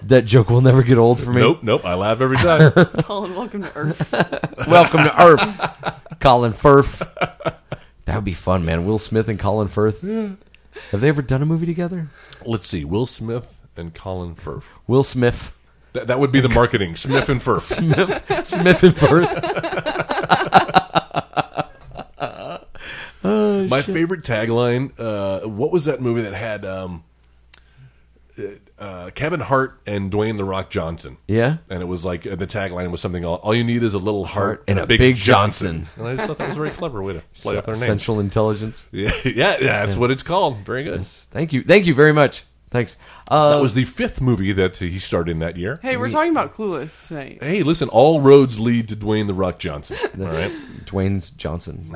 Speaker 5: that joke will never get old for me.
Speaker 4: Nope, nope. I laugh every time.
Speaker 6: Colin, welcome to Earth.
Speaker 5: Welcome to Earth, Colin Firth. That would be fun, man. Will Smith and Colin Firth. Have they ever done a movie together?
Speaker 4: Let's see, Will Smith and Colin Firth.
Speaker 5: Will Smith.
Speaker 4: That, that would be the marketing. Smith and Firth.
Speaker 5: Smith and Firth.
Speaker 4: My favorite tagline. Uh, what was that movie that had um, uh, Kevin Hart and Dwayne the Rock Johnson?
Speaker 5: Yeah.
Speaker 4: and it was like the tagline was something. All, all you need is a little heart and, a, big, Johnson. And I just thought that was a very clever way to play off their name.
Speaker 5: Central Intelligence.
Speaker 4: Yeah, yeah, that's what it's called. Very good.
Speaker 5: Thank you. Thank you very much. Thanks. Uh,
Speaker 4: That was the fifth movie that he starred in that year.
Speaker 6: Hey, we're talking about Clueless tonight.
Speaker 4: Hey, listen, all roads lead to Dwayne the Rock Johnson. All right.
Speaker 5: Dwayne's Johnson.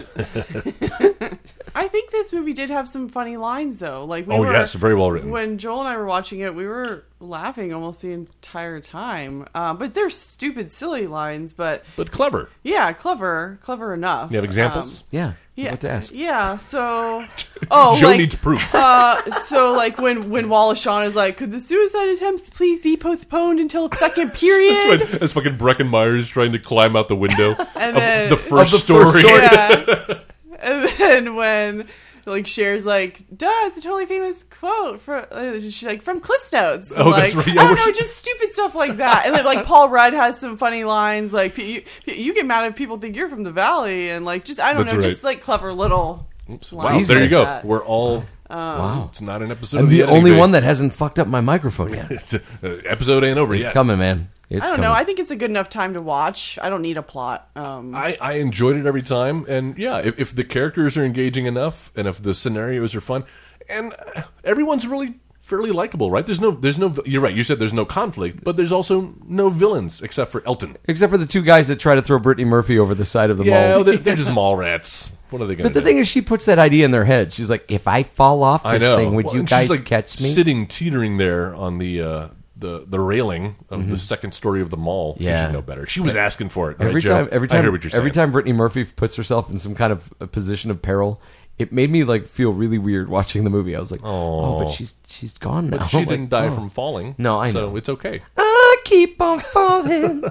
Speaker 6: I think this movie did have some funny lines though. Like we
Speaker 4: Oh,
Speaker 6: were,
Speaker 4: yes, very well written.
Speaker 6: When Joel and I were watching it, we were laughing almost the entire time. Uh, but they're stupid, silly lines. But
Speaker 4: but clever.
Speaker 6: yeah, clever, clever enough.
Speaker 4: You have examples?
Speaker 6: Um,
Speaker 5: Yeah.
Speaker 6: yeah,
Speaker 5: What to ask?
Speaker 6: Yeah. So, oh,
Speaker 4: Joe
Speaker 6: like,
Speaker 4: needs proof.
Speaker 6: uh, so like when when Wallace Shawn is like, could the suicide attempt please be postponed until second
Speaker 4: That's
Speaker 6: period?
Speaker 4: right. That's fucking Breckenmeyer's trying to climb out the window
Speaker 6: And
Speaker 4: of
Speaker 6: then-
Speaker 4: the first
Speaker 5: Of the
Speaker 4: story.
Speaker 5: first story.
Speaker 6: yeah. and then when like Cher's like, duh, it's a totally famous quote from uh, she's like from Cliff's Notes.
Speaker 4: Oh,
Speaker 6: like,
Speaker 4: that's right. Yeah,
Speaker 6: oh
Speaker 4: we're-
Speaker 6: no, just stupid stuff like that. And then like Paul Rudd has some funny lines like you, you get mad if people think you're from the valley and like just I don't
Speaker 4: That's
Speaker 6: know,
Speaker 4: right.
Speaker 6: just like clever little.
Speaker 4: Wow,
Speaker 6: lines
Speaker 4: there you
Speaker 6: like
Speaker 4: go.
Speaker 6: that.
Speaker 4: We're all.
Speaker 6: Um,
Speaker 5: wow.
Speaker 4: It's not an episode.
Speaker 5: I'm
Speaker 4: of
Speaker 5: the
Speaker 4: editing
Speaker 5: only
Speaker 4: bay.
Speaker 5: one that hasn't fucked up my microphone yet.
Speaker 4: It's, uh, episode ain't over
Speaker 5: It's
Speaker 4: yet.
Speaker 5: coming, man. It's
Speaker 6: I don't
Speaker 5: coming.
Speaker 6: know. I think it's a good enough time to watch. I don't need a plot. Um,
Speaker 4: I, I enjoyed it every time, and yeah, if, if the characters are engaging enough, and if the scenarios are fun, and uh, everyone's really fairly likable, right? There's no, there's no. You're right. You said there's no conflict, but there's also no villains except for Elton.
Speaker 5: Except for the two guys that try to throw Brittany Murphy over the side of the
Speaker 4: Yeah,
Speaker 5: mall.
Speaker 4: they're, they're just mall rats. What are they going to
Speaker 5: But
Speaker 4: do?
Speaker 5: the thing is, she puts that idea in their head. She's like, "If I fall off
Speaker 4: I
Speaker 5: this
Speaker 4: know.
Speaker 5: thing, would
Speaker 4: Well,
Speaker 5: you
Speaker 4: and
Speaker 5: guys
Speaker 4: she's like
Speaker 5: catch me?"
Speaker 4: Sitting teetering there on the uh, the the railing of the second story of the mall. She
Speaker 5: Mm-hmm. Yeah.
Speaker 4: should know better. She was asking for it right,
Speaker 5: every
Speaker 4: Joe?
Speaker 5: time, every time,
Speaker 4: I hear what you're
Speaker 5: every
Speaker 4: saying.
Speaker 5: time Brittany Murphy puts herself in some kind of a position of peril, it made me like feel really weird watching the movie. I was like, "Oh, but she's she's gone now."
Speaker 4: But she
Speaker 5: Like,
Speaker 4: didn't die
Speaker 5: oh.
Speaker 4: from falling.
Speaker 5: No, I
Speaker 4: So
Speaker 5: know.
Speaker 4: it's okay.
Speaker 5: I keep on falling.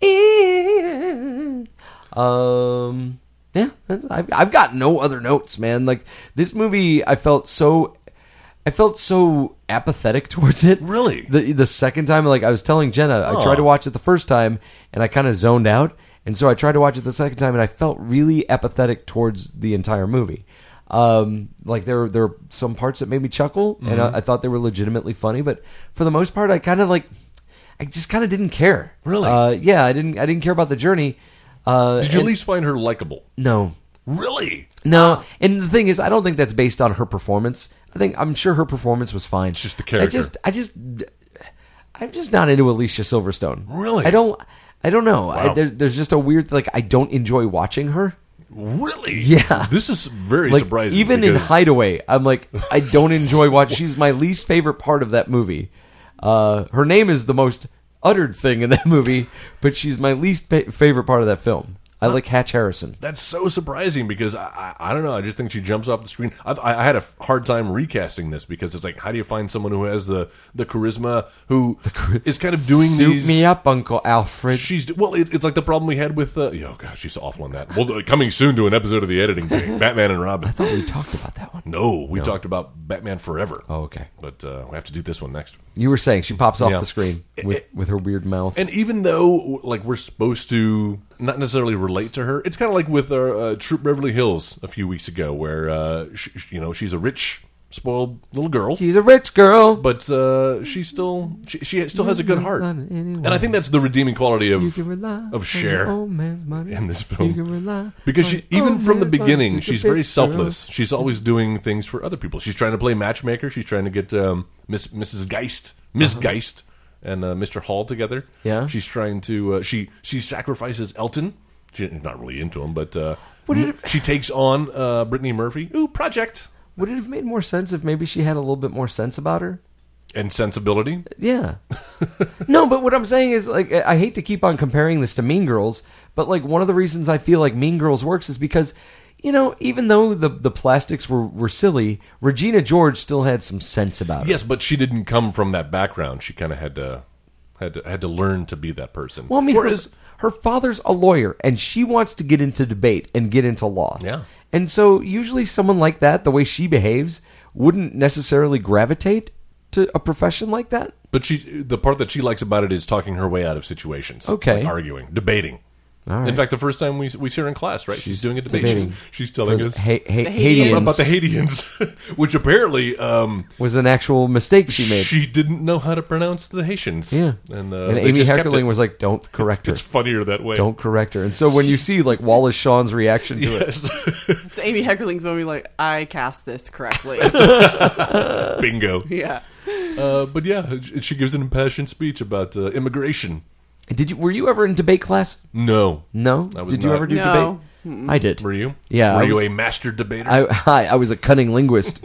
Speaker 5: in. Um, yeah, that's- I've, I've got no other notes, man. Like this movie, I felt so, I felt so apathetic towards it.
Speaker 4: Really?
Speaker 5: the the second time, like I was telling Jenna, I
Speaker 4: Aw.
Speaker 5: tried to watch it the first time and I kind of zoned out, and so I tried to watch it the second time, and I felt really apathetic towards the entire movie. Um, like there there were some parts that made me chuckle, and
Speaker 4: Mm-hmm.
Speaker 5: I, I thought they were legitimately funny, but for the most part, I kind of like. I just kind of didn't care.
Speaker 4: Really?
Speaker 5: Uh, yeah, I didn't. I didn't care about the journey. Uh,
Speaker 4: Did you at
Speaker 5: and-
Speaker 4: least find her likable?
Speaker 5: No,
Speaker 4: Really?
Speaker 5: no. And the thing is, I don't think that's based on her performance. I think I'm sure her performance was fine. It's
Speaker 4: just the character.
Speaker 5: I just, I just, I'm just not into Alicia Silverstone.
Speaker 4: Really?
Speaker 5: I don't. I don't know. I,
Speaker 4: Wow.
Speaker 5: there, there's just a weird like I don't enjoy watching her.
Speaker 4: Really?
Speaker 5: Yeah.
Speaker 4: This is very
Speaker 5: Like
Speaker 4: surprising.
Speaker 5: even in
Speaker 4: because-
Speaker 5: Hideaway, I'm like I don't enjoy watching. She's my least favorite part of that movie. Uh, her name is the most uttered thing in that movie, but she's my least pa- favorite part of that film. I like Hatch Harrison.
Speaker 4: That's so surprising because I, I, I don't know. I just think she jumps off the screen. I, I I had a f- hard time recasting this because it's like, how do you find someone who has the, the charisma who is kind of doing
Speaker 5: Suit
Speaker 4: these
Speaker 5: me up, Uncle Alfred.
Speaker 4: She's well. It, it's like the problem we had with. Uh, oh god, she's awful on that. Well, uh, coming soon to an episode of the editing game, Batman and Robin.
Speaker 5: thought we talked about that one.
Speaker 4: No, we talked about Batman Forever.
Speaker 5: Oh, okay.
Speaker 4: But uh, we have to do this one next.
Speaker 5: You were saying she pops off
Speaker 4: Yeah.
Speaker 5: the screen with, with her weird mouth.
Speaker 4: And even though like we're supposed to not necessarily relate to her, it's kind of like with our uh, Troop Beverly Hills a few weeks ago, where uh, sh sh- you know she's a rich, spoiled little girl.
Speaker 5: She's a rich girl.
Speaker 4: but uh, she still she, she still has a good heart,
Speaker 5: Not anyone.
Speaker 4: and I think that's the redeeming quality
Speaker 5: you
Speaker 4: of
Speaker 5: can rely
Speaker 4: of
Speaker 5: share
Speaker 4: Cher.
Speaker 5: old man's money.
Speaker 4: in this film.
Speaker 5: You can rely
Speaker 4: because
Speaker 5: on
Speaker 4: she
Speaker 5: your
Speaker 4: even
Speaker 5: old
Speaker 4: from the
Speaker 5: man's money.
Speaker 4: beginning
Speaker 5: She's a
Speaker 4: she's very
Speaker 5: rich girl.
Speaker 4: selfless she's always doing things for other people she's trying to play matchmaker she's trying to get um, miss mrs geist miss
Speaker 5: Uh-huh.
Speaker 4: geist and uh, mr hall together
Speaker 5: Yeah.
Speaker 4: she's trying to uh, she she sacrifices elton she's not really into him but uh,
Speaker 5: did
Speaker 4: m- she takes on uh, brittany murphy ooh project
Speaker 5: Would it have made more sense if maybe she had a little bit more sense about her?
Speaker 4: and sensibility
Speaker 5: Yeah. no, but what I'm saying is, like, I I hate to keep on comparing this to Mean Girls, but like one of the reasons I feel like Mean Girls works is because, you know, even though the the plastics were were silly, Regina George still had some sense about her.
Speaker 4: yes but she didn't come from that background she kind of had to had to, had to learn to be that person
Speaker 5: Well, I mean,
Speaker 4: whereas
Speaker 5: her, her father's a lawyer, and she wants to get into debate and get into law.
Speaker 4: Yeah.
Speaker 5: And so, usually, someone like that, the way she behaves, wouldn't necessarily gravitate to a profession like that.
Speaker 4: But she, the part that she likes about it is talking her way out of situations.
Speaker 5: Okay.
Speaker 4: Like arguing, debating.
Speaker 5: All right.
Speaker 4: In fact, the first time we, we see her in class, right? She's, doing a debate.
Speaker 5: debating
Speaker 4: She's, she's telling
Speaker 5: For
Speaker 4: us
Speaker 5: Ha- Ha-
Speaker 6: The
Speaker 5: Haitians
Speaker 4: about the Haitians, which apparently um,
Speaker 5: was an actual mistake she made.
Speaker 4: she didn't know how to pronounce the Haitians.
Speaker 5: yeah.
Speaker 4: And, uh, they
Speaker 5: Amy
Speaker 4: just kept
Speaker 5: Heckerling
Speaker 4: it.
Speaker 5: was like, "Don't correct her.
Speaker 4: It's funnier that way.
Speaker 5: Don't correct her." And so, when you see like Wallace Shawn's reaction to it,
Speaker 4: Yes.
Speaker 6: so Amy Heckerling's movie like I cast this correctly.
Speaker 4: Bingo.
Speaker 6: yeah.
Speaker 4: Uh, but yeah, she- she gives an impassioned speech about uh, immigration.
Speaker 5: did you were you ever in debate class?
Speaker 4: No.
Speaker 5: No.
Speaker 4: I was
Speaker 5: did you
Speaker 4: not.
Speaker 5: ever do
Speaker 6: No.
Speaker 5: debate? I did.
Speaker 4: Were you?
Speaker 5: Yeah,
Speaker 4: Were
Speaker 5: I
Speaker 4: you
Speaker 5: was-
Speaker 4: a master debater?
Speaker 5: I, I, I was a cunning linguist.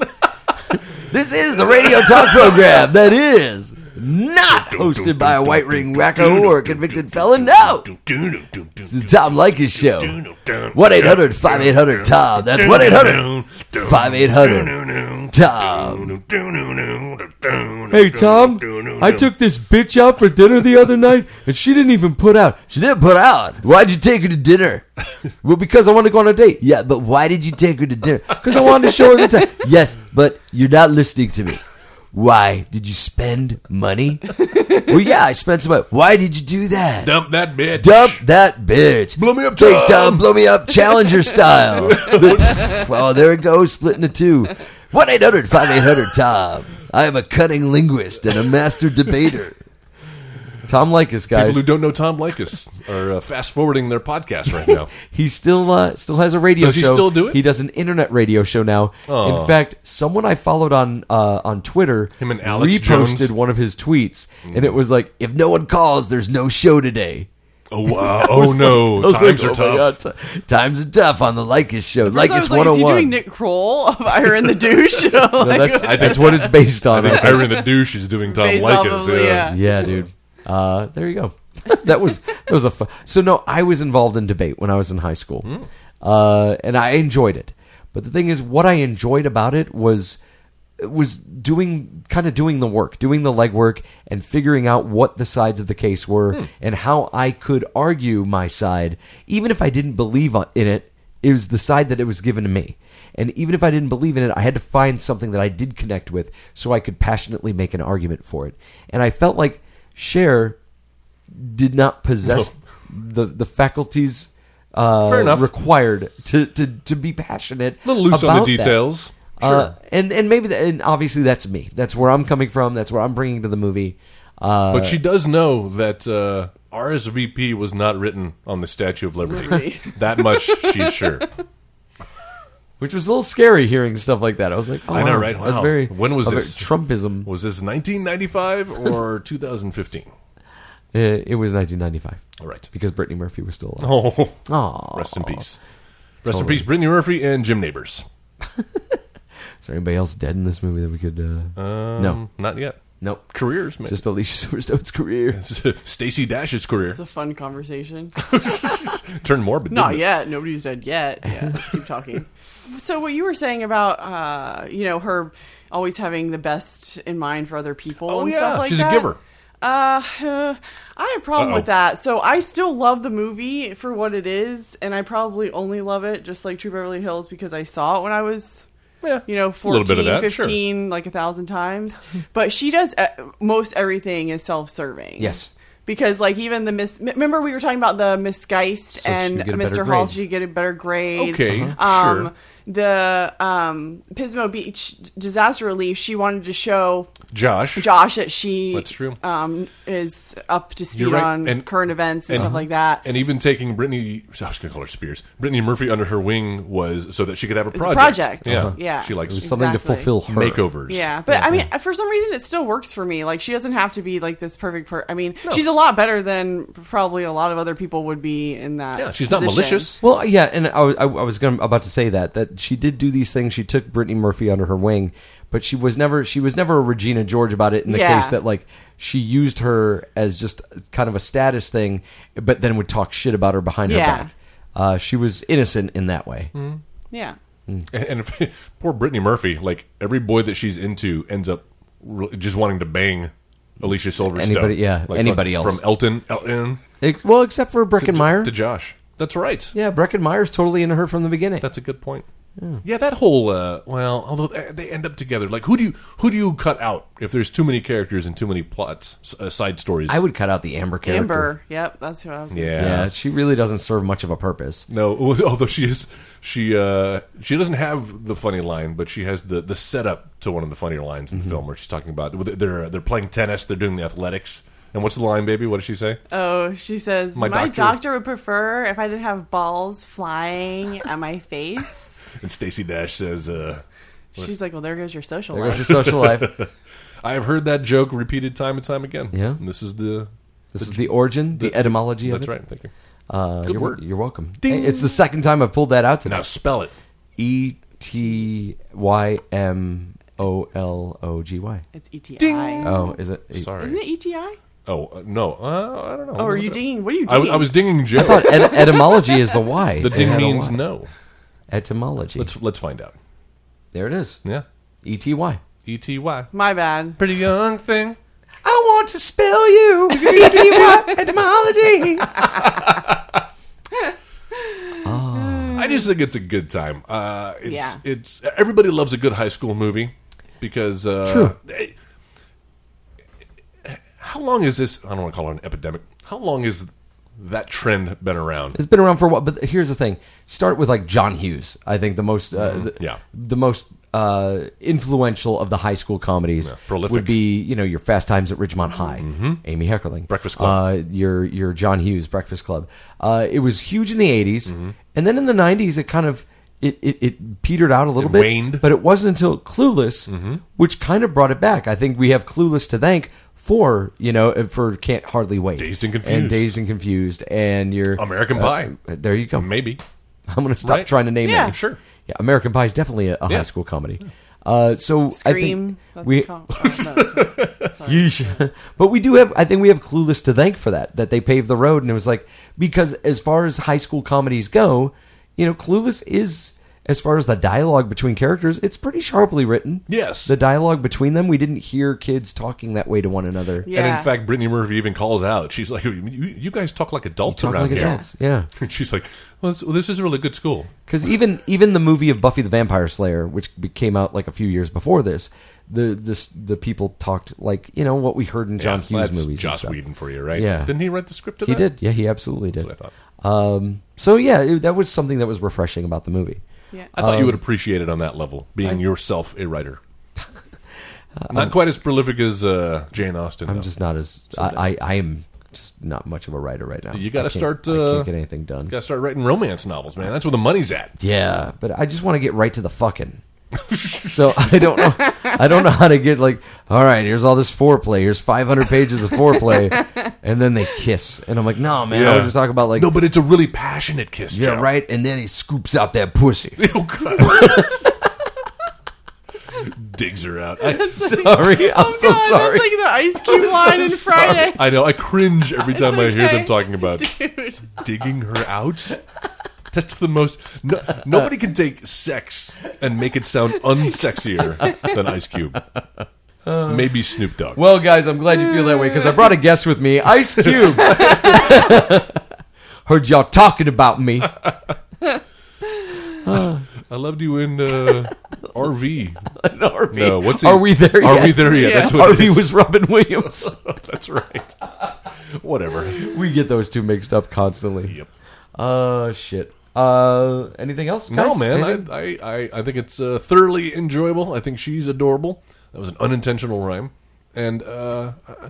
Speaker 5: this is the radio talk program that is not hosted by a white ring wacko or a convicted felon. No! It's the Tom Likas Show. 1 800 5800 Tom. That's 1 800 5800 Tom. Hey, Tom, I took this bitch out for dinner the other night and she didn't even put out. She didn't put out. Why'd you take her to dinner? well, because I wanted to go on a date. Yeah, but why did you take her to dinner? Because I wanted to show her a good time. Yes, but you're not listening to me. Why did you spend money? well, yeah, I spent some money. Why did you do that?
Speaker 4: Dump that bitch.
Speaker 5: Dump that bitch.
Speaker 4: Blow me up,
Speaker 5: Thanks,
Speaker 4: Tom.
Speaker 5: Tom. Blow me up, Challenger style. well, there it goes, splitting the two. 1 800 5800 Tom. I am a cunning linguist and a master debater. Tom Likas,
Speaker 4: People
Speaker 5: guys.
Speaker 4: who don't know Tom Likas are uh, fast forwarding their podcast right now.
Speaker 5: He still uh, still has a radio
Speaker 4: Does he
Speaker 5: show.
Speaker 4: still do it? Oh.
Speaker 5: He does an internet radio show now. In fact, someone I followed on uh, on Twitter
Speaker 4: Him and Alex
Speaker 5: reposted
Speaker 4: Jones? Mm.
Speaker 5: one of his tweets, and it was like, "If no one calls, there's no show today."
Speaker 4: Oh wow! Oh no!
Speaker 5: I was
Speaker 4: Times
Speaker 5: like,
Speaker 4: are
Speaker 5: "Oh my
Speaker 4: tough.
Speaker 5: God, t- times are tough on the Likas show.
Speaker 6: First I was
Speaker 5: Likas
Speaker 6: like, is he
Speaker 5: 101.
Speaker 6: doing Nick Kroll of Iron the Douche?
Speaker 5: No,
Speaker 6: Like,
Speaker 5: that's, that's what it's based on. I think.
Speaker 4: Iron the douche is doing Tom
Speaker 6: Based off of-
Speaker 4: Likas. Yeah.
Speaker 6: yeah.
Speaker 5: yeah, dude. Uh, there you go. that was that was a fun. So no, I was involved in debate when I was in high school, uh, and I enjoyed it. But the thing is, what I enjoyed about it was was doing kind of doing the work, doing the legwork, and figuring out what the sides of the case were and how I could argue my side, even if I didn't believe on- in it. It was the side that it was given to me. And even if I didn't believe in it, I had to find something that I did connect with so I could passionately make an argument for it. And I felt like Cher did not possess the, the faculties uh,
Speaker 4: Fair enough.
Speaker 5: required to, to, to be passionate.
Speaker 4: A little loose on the
Speaker 5: about that.
Speaker 4: details.
Speaker 5: Uh, and and maybe the, and obviously that's me. That's where I'm coming from. That's where I'm bringing to the movie. Uh,
Speaker 4: But she does know that uh, RSVP was not written on the Statue of Liberty. that much she's sure.
Speaker 5: which was a little scary hearing stuff like that. I was like, oh,
Speaker 4: I know,
Speaker 5: wow,
Speaker 4: right?
Speaker 5: That's
Speaker 4: Wow.
Speaker 5: very
Speaker 4: When was
Speaker 5: a very
Speaker 4: this?
Speaker 5: Trumpism?
Speaker 4: Was this 1995 or 2015?
Speaker 5: Uh, It was 1995
Speaker 4: All right.
Speaker 5: because Brittany Murphy was still alive.
Speaker 4: Oh,
Speaker 5: Aw.
Speaker 4: rest in peace. Rest in peace, Brittany Murphy and Jim Neighbors.
Speaker 5: Is there anybody else dead in this movie that we could? Uh... no,
Speaker 4: Not yet.
Speaker 5: nope.
Speaker 4: Careers, man.
Speaker 5: Just Alicia Silverstone's career.
Speaker 4: Stacy Dash's career
Speaker 6: It's a fun conversation.
Speaker 4: turned morbid.
Speaker 6: Not
Speaker 4: didn't it?
Speaker 6: yet. Nobody's dead yet. Yeah, let's keep talking. So what you were saying about uh, you know her always having the best in mind for other people
Speaker 4: Oh,
Speaker 6: and
Speaker 4: yeah.
Speaker 6: stuff like
Speaker 4: She's a
Speaker 6: that.
Speaker 4: giver.
Speaker 6: Uh, uh, I have a problem
Speaker 4: Uh-oh.
Speaker 6: with that. So I still love the movie for what it is, and I probably only love it just like True Beverly Hills because I saw it when I was
Speaker 4: Yeah.
Speaker 6: you know
Speaker 4: A
Speaker 6: 14
Speaker 4: little bit of that, sure.
Speaker 6: 15 like a thousand times but she does uh, most everything is self-serving
Speaker 5: Yes.
Speaker 6: because like even the miss m- remember we were talking about the miss geist
Speaker 5: So
Speaker 6: and
Speaker 5: she'd get a better
Speaker 6: mr hall
Speaker 5: grade.
Speaker 6: she get a better grade
Speaker 4: Okay,
Speaker 6: um
Speaker 4: sure.
Speaker 6: the um pismo beach disaster relief she wanted to show
Speaker 4: Josh.
Speaker 6: josh that she
Speaker 4: That's true.
Speaker 6: um is up to speed
Speaker 4: You're right,
Speaker 6: on
Speaker 4: and-
Speaker 6: current events and,
Speaker 4: and-
Speaker 6: stuff like that
Speaker 4: And even taking Brittany, I was going to call her Spears, Brittany Murphy under her wing was so that she could have a
Speaker 6: It's a
Speaker 4: project.
Speaker 6: project.
Speaker 4: Yeah.
Speaker 6: yeah
Speaker 4: She likes
Speaker 5: Something to
Speaker 6: Exactly.
Speaker 5: fulfill her.
Speaker 4: makeovers.
Speaker 6: Yeah, but I mean, for some reason, it still works for me. Like, she doesn't have to be like this perfect per. I mean, she's a lot better than probably a lot of other people would be in that.
Speaker 4: Yeah, she's not
Speaker 6: position.
Speaker 4: malicious.
Speaker 5: Well, yeah, and I, wa- I, I was gonna, about to say that that she did do these things. She took Brittany Murphy under her wing, but she was never she was never a Regina George about it in the
Speaker 6: Yeah.
Speaker 5: case that like she used her as just kind of a status thing, but then would talk shit about her behind
Speaker 6: Yeah.
Speaker 5: her back. Uh, she was innocent in that way.
Speaker 4: Mm.
Speaker 6: Yeah.
Speaker 4: And, and if- poor Brittany Murphy, like every boy that she's into ends up re- just wanting to bang Alicia Silverstone.
Speaker 5: Anybody- yeah,
Speaker 4: Like,
Speaker 5: anybody
Speaker 4: from,
Speaker 5: else.
Speaker 4: From Elton, Elton
Speaker 5: Ex- well, except for
Speaker 4: to,
Speaker 5: Breckenmeyer.
Speaker 4: to Josh. That's right.
Speaker 5: yeah, Breckenmeyer's totally into her from the beginning.
Speaker 4: That's a good point. Yeah, that whole uh, well, although they they end up together. Like, who do you who do you cut out if there's too many characters and too many plots, s- uh, side stories?
Speaker 5: I would cut out the Amber character.
Speaker 6: Amber. Yep, that's what I was. Gonna
Speaker 4: Yeah.
Speaker 6: Say.
Speaker 5: Yeah, she really doesn't serve much of a purpose.
Speaker 4: No, although she is she uh she doesn't have the funny line, but she has the the setup to one of the funnier lines
Speaker 5: Mm-hmm.
Speaker 4: in the film where she's talking about they're they're playing tennis, they're doing the athletics. And what's the line, baby? What does she say?
Speaker 6: Oh, she says
Speaker 4: My
Speaker 6: my,
Speaker 4: doctor-
Speaker 6: doctor. would prefer if I didn't have balls flying at my face.
Speaker 4: And Stacy Dash says, uh,
Speaker 6: she's like, well, there goes your social
Speaker 5: There goes
Speaker 6: life.
Speaker 5: your social life.
Speaker 4: "I have heard that joke repeated time and time again."
Speaker 5: Yeah.
Speaker 4: and this is the
Speaker 5: This is the origin, the etymology of
Speaker 4: that's
Speaker 5: it.
Speaker 4: right. Thank you.
Speaker 5: Uh,
Speaker 4: Good
Speaker 5: you're,
Speaker 4: word.
Speaker 5: You're welcome.
Speaker 4: Ding.
Speaker 5: Hey, it's the second time I've pulled that out today.
Speaker 4: Now spell it.
Speaker 5: E T Y M O L O G Y.
Speaker 6: It's E ETI.
Speaker 5: Oh, is it?
Speaker 4: Sorry.
Speaker 6: Isn't it ETI?
Speaker 4: Oh uh, no, uh, I don't know.
Speaker 6: Oh, are
Speaker 4: Look
Speaker 6: you
Speaker 4: it up.
Speaker 6: dinging? What are you dinging?
Speaker 4: I, w- I was dinging Joe.
Speaker 5: I thought et- etymology is the Y.
Speaker 4: the
Speaker 5: It
Speaker 4: ding
Speaker 5: had a
Speaker 4: means
Speaker 5: Y.
Speaker 4: no.
Speaker 5: Etymology.
Speaker 4: Let's let's find out.
Speaker 5: there it is.
Speaker 4: Yeah.
Speaker 5: E T Y.
Speaker 4: E T Y.
Speaker 6: My bad.
Speaker 4: Pretty young thing.
Speaker 5: I want to spell you. E T Y. Etymology.
Speaker 4: I just think it's a good time. Uh, it's,
Speaker 6: Yeah.
Speaker 4: It's everybody loves a good high school movie because uh,
Speaker 5: True.
Speaker 4: they- how long is this? I don't want to call it an epidemic. How long has that trend been around?
Speaker 5: It's been around for a while, but here's the thing: start with like John Hughes. I think the most, uh, the,
Speaker 4: Mm-hmm. yeah.
Speaker 5: the most uh, influential of the high school comedies
Speaker 4: prolific. Mm-hmm.
Speaker 5: would be you know your Fast Times at Ridgemont High, Amy Heckerling,
Speaker 4: Breakfast Club.
Speaker 5: uh, your your John Hughes Breakfast Club. Uh, it was huge in the '80s,
Speaker 4: Mm-hmm.
Speaker 5: and then in the '90s it kind of it, it, it petered out a little
Speaker 4: It
Speaker 5: bit,
Speaker 4: waned. Mm-hmm.
Speaker 5: but it wasn't until Clueless, which kind of brought it back. I think we have Clueless to thank. For you know, for can't hardly wait,
Speaker 4: Dazed and Confused.
Speaker 5: dazed and confused, and your
Speaker 4: American
Speaker 5: uh,
Speaker 4: Pie.
Speaker 5: there you go.
Speaker 4: Maybe.
Speaker 5: I'm going to stop
Speaker 4: Right.
Speaker 5: trying to name
Speaker 6: Yeah.
Speaker 5: names.
Speaker 4: Sure.
Speaker 5: Yeah, American Pie is definitely a, a
Speaker 4: Yeah.
Speaker 5: high school comedy. Uh, so
Speaker 6: Scream.
Speaker 5: I
Speaker 6: That's
Speaker 5: think we,
Speaker 6: a com- oh, no,
Speaker 5: Yeesh. but we do have. I think we have Clueless to thank for that. That they paved the road, and it was like because as far as high school comedies go, you know, Clueless is as far as the dialogue between characters, it's pretty sharply written.
Speaker 4: Yes.
Speaker 5: the dialogue between them, we didn't hear kids talking that way to one another.
Speaker 6: Yeah.
Speaker 4: And in fact, Brittany Murphy even calls out. She's like, "You, you guys talk like adults
Speaker 5: Talk
Speaker 4: around
Speaker 5: like
Speaker 4: here."
Speaker 5: adults. Yeah.
Speaker 4: And she's like, well this, well, this is a really good school."
Speaker 5: Because even even the movie of Buffy the Vampire Slayer, which be- came out like a few years before this, the the the people talked like you know what we heard in John
Speaker 4: Yeah,
Speaker 5: Hughes
Speaker 4: that's
Speaker 5: movies. and
Speaker 4: Joss
Speaker 5: stuff.
Speaker 4: Whedon for you, right?
Speaker 5: Yeah.
Speaker 4: Didn't he write the script? To
Speaker 5: He
Speaker 4: that?
Speaker 5: did. Yeah, he absolutely did.
Speaker 4: That's what
Speaker 5: Um, so yeah, it, that was something that was refreshing about the movie.
Speaker 6: yeah.
Speaker 4: I thought you
Speaker 5: Um,
Speaker 4: would appreciate it on that level, being yourself a writer. Not quite as prolific as uh, Jane Austen.
Speaker 5: Uh, I'm
Speaker 4: though.
Speaker 5: just not as I, I I am just not much of a writer right now.
Speaker 4: You gotta
Speaker 5: I can't-
Speaker 4: start,
Speaker 5: I
Speaker 4: uh,
Speaker 5: can't get anything done.
Speaker 4: gotta start writing romance novels, man. That's where the money's at.
Speaker 5: Yeah, but I just want to get right to the fucking. so I don't know. I don't know how to get like. All right, here's all this foreplay. Here's 500 pages of foreplay, and then they kiss, and I'm like, no, man. I want to talk about like.
Speaker 4: no, but it's a really passionate kiss. Joe.
Speaker 5: yeah, right. And then he scoops out that pussy.
Speaker 4: Oh, God. Digs her out. I,
Speaker 5: Sorry,
Speaker 4: Oh,
Speaker 5: I'm so
Speaker 6: God, That's
Speaker 5: sorry.
Speaker 6: like the ice cube line in Friday.
Speaker 4: I know. I cringe every time I hear them
Speaker 6: okay.
Speaker 4: talking about
Speaker 6: Dude.
Speaker 4: digging her out. That's the most. No, nobody can take sex and make it sound unsexier than Ice Cube.
Speaker 5: Uh,
Speaker 4: Maybe Snoop Dogg.
Speaker 5: Well, guys, I'm glad you feel that way because I brought a guest with me, Ice Cube. Heard y'all talking about me.
Speaker 4: I loved you in uh, RV.
Speaker 5: Are we,
Speaker 4: No, Uh, what's he,
Speaker 5: are we there?
Speaker 4: Are
Speaker 5: yet?
Speaker 4: we there yet?
Speaker 6: Yeah.
Speaker 4: That's what it
Speaker 5: Harvey
Speaker 4: is.
Speaker 5: was Robin Williams.
Speaker 4: That's right. Whatever.
Speaker 5: we get those two mixed up constantly.
Speaker 4: Yep.
Speaker 5: Uh, shit. Uh, anything else? Guys?
Speaker 4: No, man.
Speaker 5: Anything?
Speaker 4: I, I, I, I think it's uh, thoroughly enjoyable. I think she's adorable. That was an unintentional rhyme. And uh, uh,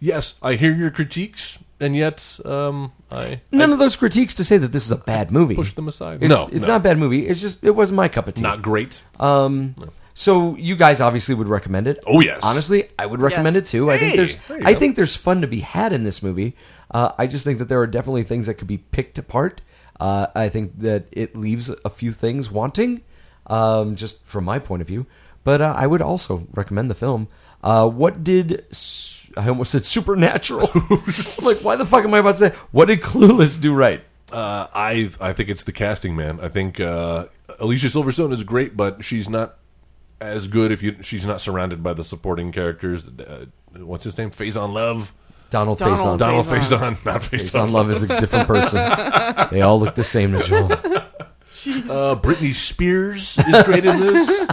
Speaker 4: yes, I hear your critiques, and yet um, I
Speaker 5: None of those critiques to say that this is a bad movie.
Speaker 4: push them aside.
Speaker 5: It's,
Speaker 4: no,
Speaker 5: it's
Speaker 4: no.
Speaker 5: not a bad movie. It's just it wasn't my cup of tea.
Speaker 4: Not great.
Speaker 5: Um, so you guys obviously would recommend it.
Speaker 4: Oh, yes.
Speaker 5: honestly, I would recommend
Speaker 6: Yes.
Speaker 5: it too. I think
Speaker 4: Hey,
Speaker 5: there's,
Speaker 4: there you
Speaker 5: I
Speaker 4: go.
Speaker 5: think there's fun to be had in this movie. Uh, I just think that there are definitely things that could be picked apart. Uh, I think that it leaves a few things wanting, um, just from my point of view. But uh, I would also recommend the film. Uh, what did s- I almost said supernatural? I'm like, why the fuck am I about to say? What did Clueless do right?
Speaker 4: Uh, I I think it's the casting, man. I think uh, Alicia Silverstone is great, but she's not as good if you she's not surrounded by the supporting characters. Uh, what's his name? Faison Love.
Speaker 5: Donald,
Speaker 6: Donald
Speaker 5: Faison.
Speaker 4: Donald
Speaker 6: Faison.
Speaker 4: Faison, not Faison.
Speaker 5: Faison Love is a different person. they all look the same to Joel.
Speaker 4: Uh, Britney Spears is great in this.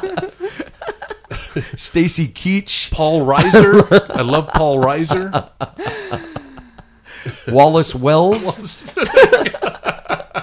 Speaker 5: Stacy Keach,
Speaker 4: Paul Reiser. I love Paul Reiser.
Speaker 5: Wallace Wells.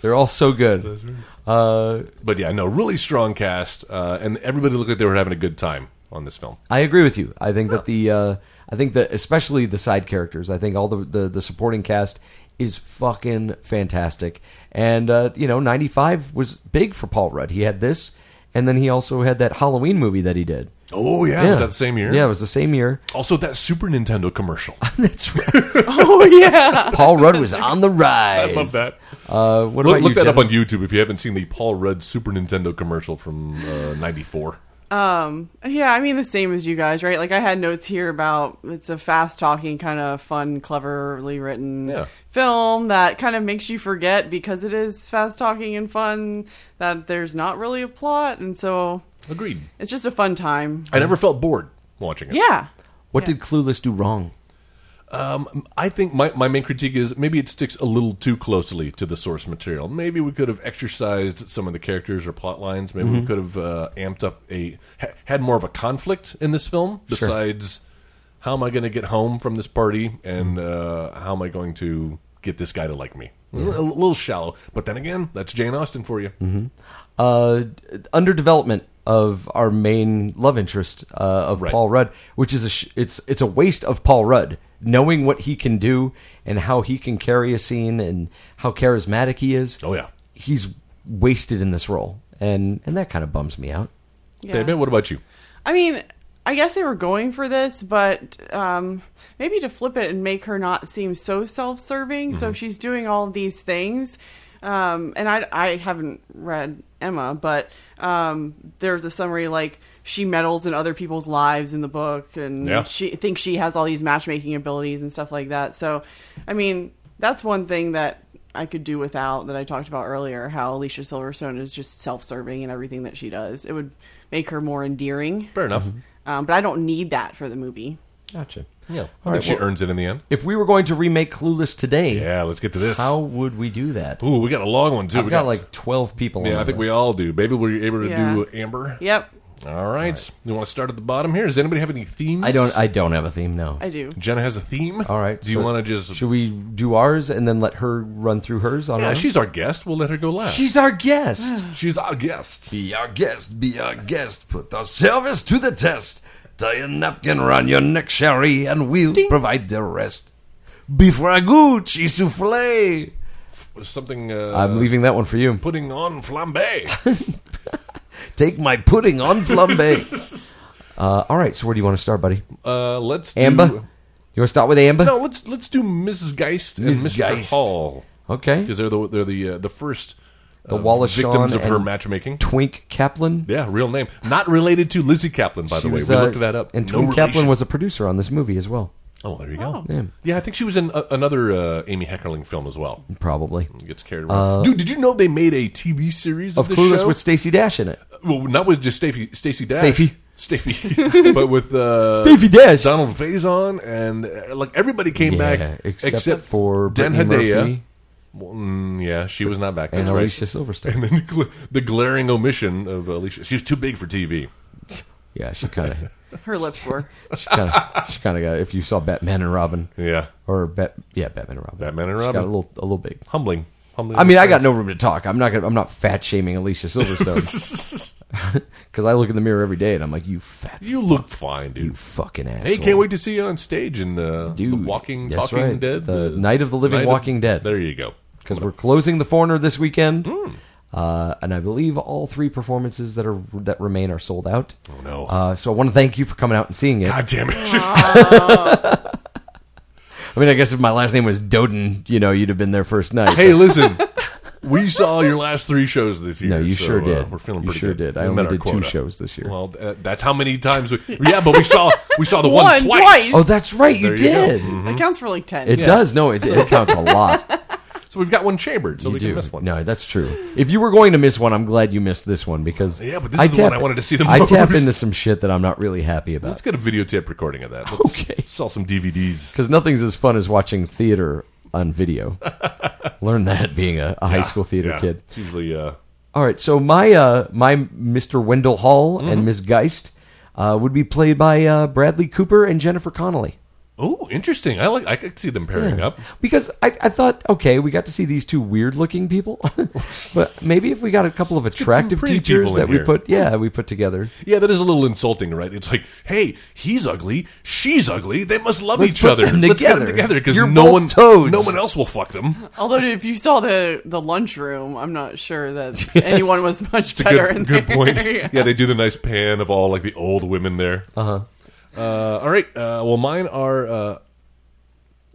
Speaker 5: They're all so good. Uh,
Speaker 4: But yeah, no, really strong cast, uh, and everybody looked like they were having a good time on this film.
Speaker 5: I agree with you. I think that the uh, I think that especially the side characters. I think all the the, the supporting cast is fucking fantastic. And uh, you know, ninety five was big for Paul Rudd. He had this, and then he also had that Halloween movie that he did.
Speaker 4: Oh yeah, was that the same year?
Speaker 5: Yeah, it was the same year.
Speaker 4: Also, that Super Nintendo commercial.
Speaker 5: That's right.
Speaker 6: Oh yeah.
Speaker 5: Paul Rudd was on the rise.
Speaker 4: I love that.
Speaker 5: Uh, what
Speaker 4: Look,
Speaker 5: about
Speaker 4: look
Speaker 5: you,
Speaker 4: that up
Speaker 5: Jenna?
Speaker 4: on YouTube if you haven't seen the Paul Rudd Super Nintendo commercial from uh, '94.
Speaker 6: Yeah, I mean the same as you guys, right? Like I had notes here about it's a fast talking, kind of fun, cleverly written
Speaker 4: Yeah.
Speaker 6: film that kind of makes you forget because it is fast talking and fun that there's not really a plot, and so
Speaker 4: Agreed.
Speaker 6: it's just a fun time.
Speaker 4: I never felt bored watching it.
Speaker 6: Yeah,
Speaker 5: What did Clueless do wrong?
Speaker 4: I think my, my main critique is maybe it sticks a little too closely to the source material. Maybe we could have exercised some of the characters or plot lines. Maybe we could have uh, amped up a ha- had more of a conflict in this film besides how am I going to get home from this party and uh, how am I going to get this guy to like me? A li- A little shallow, but then again, that's Jane Austen for you.
Speaker 5: uh, underdevelopment of our main love interest uh, of
Speaker 4: Right.
Speaker 5: Paul Rudd, which is a sh- it's it's a waste of Paul Rudd knowing what he can do and how he can carry a scene and how charismatic he is.
Speaker 4: Oh, yeah.
Speaker 5: he's wasted in this role, and and that kind of bums me out.
Speaker 6: yeah.
Speaker 4: David, what about you?
Speaker 6: I mean, I guess they were going for this, but um, maybe to flip it and make her not seem so self-serving. So if she's doing all of these things, um, and I, I haven't read Emma, but um, there's a summary like she meddles in other people's lives in the book, and
Speaker 4: Yeah.
Speaker 6: she thinks she has all these matchmaking abilities and stuff like that. So, I mean, that's one thing that. I could do without that I talked about earlier how Alicia Silverstone is just self-serving in everything that she does. It would make her more endearing
Speaker 4: Fair enough.
Speaker 6: um, but I don't need that for the movie.
Speaker 5: Gotcha.
Speaker 4: Yeah, I think
Speaker 5: right,
Speaker 4: she
Speaker 5: well-
Speaker 4: earns it in the end.
Speaker 5: If we were going to remake Clueless today,
Speaker 4: Yeah, let's get to this.
Speaker 5: how would we do that?
Speaker 4: Ooh, we got a long one too.
Speaker 5: I've
Speaker 4: we
Speaker 5: got like twelve people. on
Speaker 4: yeah, I
Speaker 5: the
Speaker 4: think
Speaker 5: list.
Speaker 4: we all do. Maybe were you able to
Speaker 6: Yeah.
Speaker 4: do Amber?
Speaker 6: Yep,
Speaker 4: All right. You want to start at the bottom here? Does anybody have any themes?
Speaker 5: I don't. I don't have a theme. No.
Speaker 6: I do.
Speaker 4: Jenna has a theme.
Speaker 5: all right.
Speaker 4: Do you
Speaker 5: so
Speaker 4: want to just?
Speaker 5: should we do ours and then let her run through hers on?
Speaker 4: yeah,
Speaker 5: our-
Speaker 4: she's our guest. We'll let her go last.
Speaker 5: she's our guest.
Speaker 4: she's our guest.
Speaker 7: Be our guest, be our guest. Put the service to the test. Tie a napkin round your neck, Sherry, and we'll provide the rest. Beef ragout, cheese souffle.
Speaker 4: Something. Uh,
Speaker 5: I'm leaving that one for you.
Speaker 4: Putting on flambe.
Speaker 7: Take my pudding on flambe.
Speaker 5: Uh, all right, so where do you want to start, buddy?
Speaker 4: uh, let's do-
Speaker 5: Amba? You want to start with Amba?
Speaker 4: no, let's let's do Mrs. Geist and
Speaker 5: Mrs.
Speaker 4: Mr.
Speaker 5: Geist.
Speaker 4: Hall
Speaker 5: Okay.
Speaker 4: because they're the they're the uh, the first
Speaker 5: The Wallace
Speaker 4: victims
Speaker 5: Shawn
Speaker 4: of her
Speaker 5: and
Speaker 4: matchmaking.
Speaker 5: Twink Kaplan.
Speaker 4: Yeah, real name. Not related to Lizzie Kaplan, by the way.
Speaker 5: was,
Speaker 4: we
Speaker 5: uh,
Speaker 4: looked that up.
Speaker 5: And
Speaker 4: No
Speaker 5: Twink Kaplan
Speaker 4: relation.
Speaker 5: was a producer on this movie as well,
Speaker 4: Oh, there you go.
Speaker 5: Yeah.
Speaker 4: Yeah. I think she was in a, another uh, Amy Heckerling film as well.
Speaker 5: probably.
Speaker 4: Gets carried away. Dude, did you know they made a TV series of,
Speaker 5: Uh, Of
Speaker 4: this
Speaker 5: Clueless
Speaker 4: show?
Speaker 5: with Stacey Dash in it.
Speaker 4: well, not with just Stacy Stacy Dash.
Speaker 5: Stafy.
Speaker 4: Stafy. but with uh,
Speaker 5: Stafy Dash.
Speaker 4: Donald Faison, and uh, like everybody came
Speaker 5: Yeah,
Speaker 4: back
Speaker 5: except for
Speaker 4: Dan
Speaker 5: Brittany
Speaker 4: Hedaya.
Speaker 5: Murphy.
Speaker 4: Well, mm, yeah, she was not back.
Speaker 5: And
Speaker 4: That's right.
Speaker 5: Alicia Silverstone.
Speaker 4: And then the, gl- the glaring omission of Alicia. She was too big for TV.
Speaker 5: Yeah, she kind of,
Speaker 6: Her lips were.
Speaker 5: she kind of, she kind of got. If you saw Batman and Robin,
Speaker 4: Yeah,
Speaker 5: or Bat, yeah, Batman and Robin,
Speaker 4: Batman and
Speaker 5: She
Speaker 4: Robin.
Speaker 5: got a little, a little big.
Speaker 4: humbling. Humbling.
Speaker 5: I mean, I got no room to talk. I'm not gonna. I'm not fat shaming Alicia Silverstone because I look in the mirror every day and I'm like, you fat,
Speaker 4: You look fine, dude.
Speaker 5: you fucking asshole.
Speaker 4: Hey, can't wait to see you on stage in uh, the, the
Speaker 5: Dude,
Speaker 4: Walking
Speaker 5: that's
Speaker 4: Talking
Speaker 5: right.
Speaker 4: Dead,
Speaker 5: The Night of the Living
Speaker 4: Night
Speaker 5: Walking Dead.
Speaker 4: There you go.
Speaker 5: because we're closing the foreigner this weekend.
Speaker 4: Hmm.
Speaker 5: Uh, and I believe all three performances that are that remain are sold out.
Speaker 4: Oh no!
Speaker 5: Uh, so I want to thank you for coming out and seeing it.
Speaker 4: God damn it!
Speaker 5: I mean, I guess if my last name was Doden, you know, you'd have been there first night.
Speaker 4: hey, listen. We saw your last three shows this year.
Speaker 5: no, you
Speaker 4: so,
Speaker 5: sure
Speaker 4: uh,
Speaker 5: did.
Speaker 4: we're feeling
Speaker 5: you
Speaker 4: pretty
Speaker 5: sure
Speaker 4: good.
Speaker 5: did. I
Speaker 4: We
Speaker 5: only
Speaker 4: met our
Speaker 5: did two
Speaker 4: quota.
Speaker 5: shows this year.
Speaker 4: Well, th- that's how many times we. Yeah, but we saw we saw the one,
Speaker 6: One,
Speaker 4: twice.
Speaker 6: twice.
Speaker 5: oh, that's right, you
Speaker 4: There you go. Mm-hmm.
Speaker 5: did.
Speaker 6: It counts for like ten.
Speaker 5: It does. No, it, it counts a lot.
Speaker 4: So we've got one chambered, so
Speaker 5: you
Speaker 4: we
Speaker 5: do.
Speaker 4: can miss one.
Speaker 5: No, that's true. If you were going to miss one, I'm glad you missed this one because
Speaker 4: Yeah, but this is the one
Speaker 5: tap-
Speaker 4: I wanted to see the
Speaker 5: I tap
Speaker 4: most.
Speaker 5: into some shit that I'm not really happy about.
Speaker 4: Let's get a videotape recording of that. Let's
Speaker 5: Okay.
Speaker 4: Sell some DVDs.
Speaker 5: because nothing's as fun as watching theater on video. Learn that being a, a high school theater
Speaker 4: Yeah.
Speaker 5: kid.
Speaker 4: It's usually uh,
Speaker 5: All right, so my uh, my Mr. Wendell
Speaker 4: Mm-hmm.
Speaker 5: Hall and Miss Geist uh, would be played by uh, Bradley Cooper and Jennifer Connelly.
Speaker 4: Oh, interesting. I like. I could see them pairing up.
Speaker 5: Because I, I thought, okay, we got to see these two weird looking people, but maybe if we got a couple of
Speaker 4: get some
Speaker 5: attractive
Speaker 4: pretty
Speaker 5: teachers
Speaker 4: people in
Speaker 5: that we
Speaker 4: here.
Speaker 5: put, yeah, we put together.
Speaker 4: Yeah, that is a little insulting, right? It's like, hey, he's ugly, she's ugly. They must love
Speaker 5: Let's
Speaker 4: each
Speaker 5: put
Speaker 4: other.
Speaker 5: them
Speaker 4: Let's get them
Speaker 5: together.
Speaker 4: together because
Speaker 5: You're
Speaker 4: no
Speaker 5: both
Speaker 4: one,
Speaker 5: toads.
Speaker 4: no one else will fuck them.
Speaker 6: Although if you saw the the lunchroom, I'm not sure that anyone was much
Speaker 4: It's a
Speaker 6: better
Speaker 4: good,
Speaker 6: in
Speaker 4: good
Speaker 6: there.
Speaker 4: point. Yeah, they do the nice pan of all like the old women there. Uh-huh. all right. Uh, well, mine are. Uh,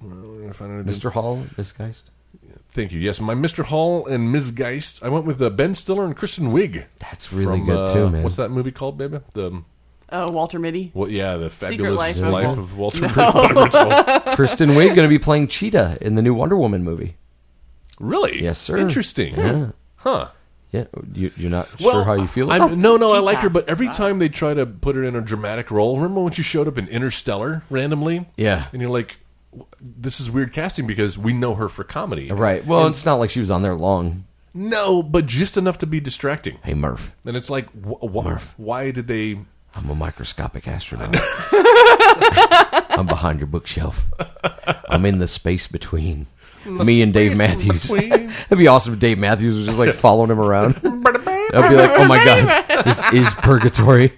Speaker 4: if I don't-
Speaker 5: Mr. Hall, Miss Geist.
Speaker 4: Thank you. Yes, my Mr. Hall and Ms. Geist. I went with uh, Ben Stiller and Kristen Wiig. uh,
Speaker 5: That's really good, too, man.
Speaker 4: What's that movie called, baby? The um,
Speaker 6: Uh, Walter Mitty.
Speaker 4: well, yeah, the
Speaker 6: Life
Speaker 4: fabulous life,
Speaker 6: of Wal-
Speaker 4: of Walter Mitty. whatever it's called.
Speaker 5: Kristen Wiig going to be playing Cheetah in the new Wonder Woman movie.
Speaker 4: Really?
Speaker 5: Yes, sir.
Speaker 4: Interesting. Huh.
Speaker 5: Yeah, you, you're not
Speaker 4: Well,
Speaker 5: sure how you feel.
Speaker 4: I'm,
Speaker 5: about it?
Speaker 4: no, no, I like her, but every time they try to put her in a dramatic role, remember when she showed up in Interstellar randomly?
Speaker 5: Yeah.
Speaker 4: and you're like, "W- this is weird casting because we know her for comedy,
Speaker 5: right. Well, it's not like she was on there long.
Speaker 4: No, but just enough to be distracting.
Speaker 5: Hey, Murph,
Speaker 4: And it's like, wh- wh- why did they?
Speaker 5: I'm a microscopic astronaut. I'm behind your bookshelf. I'm in the space between me and Dave Matthews.
Speaker 4: between.
Speaker 5: That'd be awesome if Dave Matthews was just like following him around. I'd be like, oh my god, this is purgatory.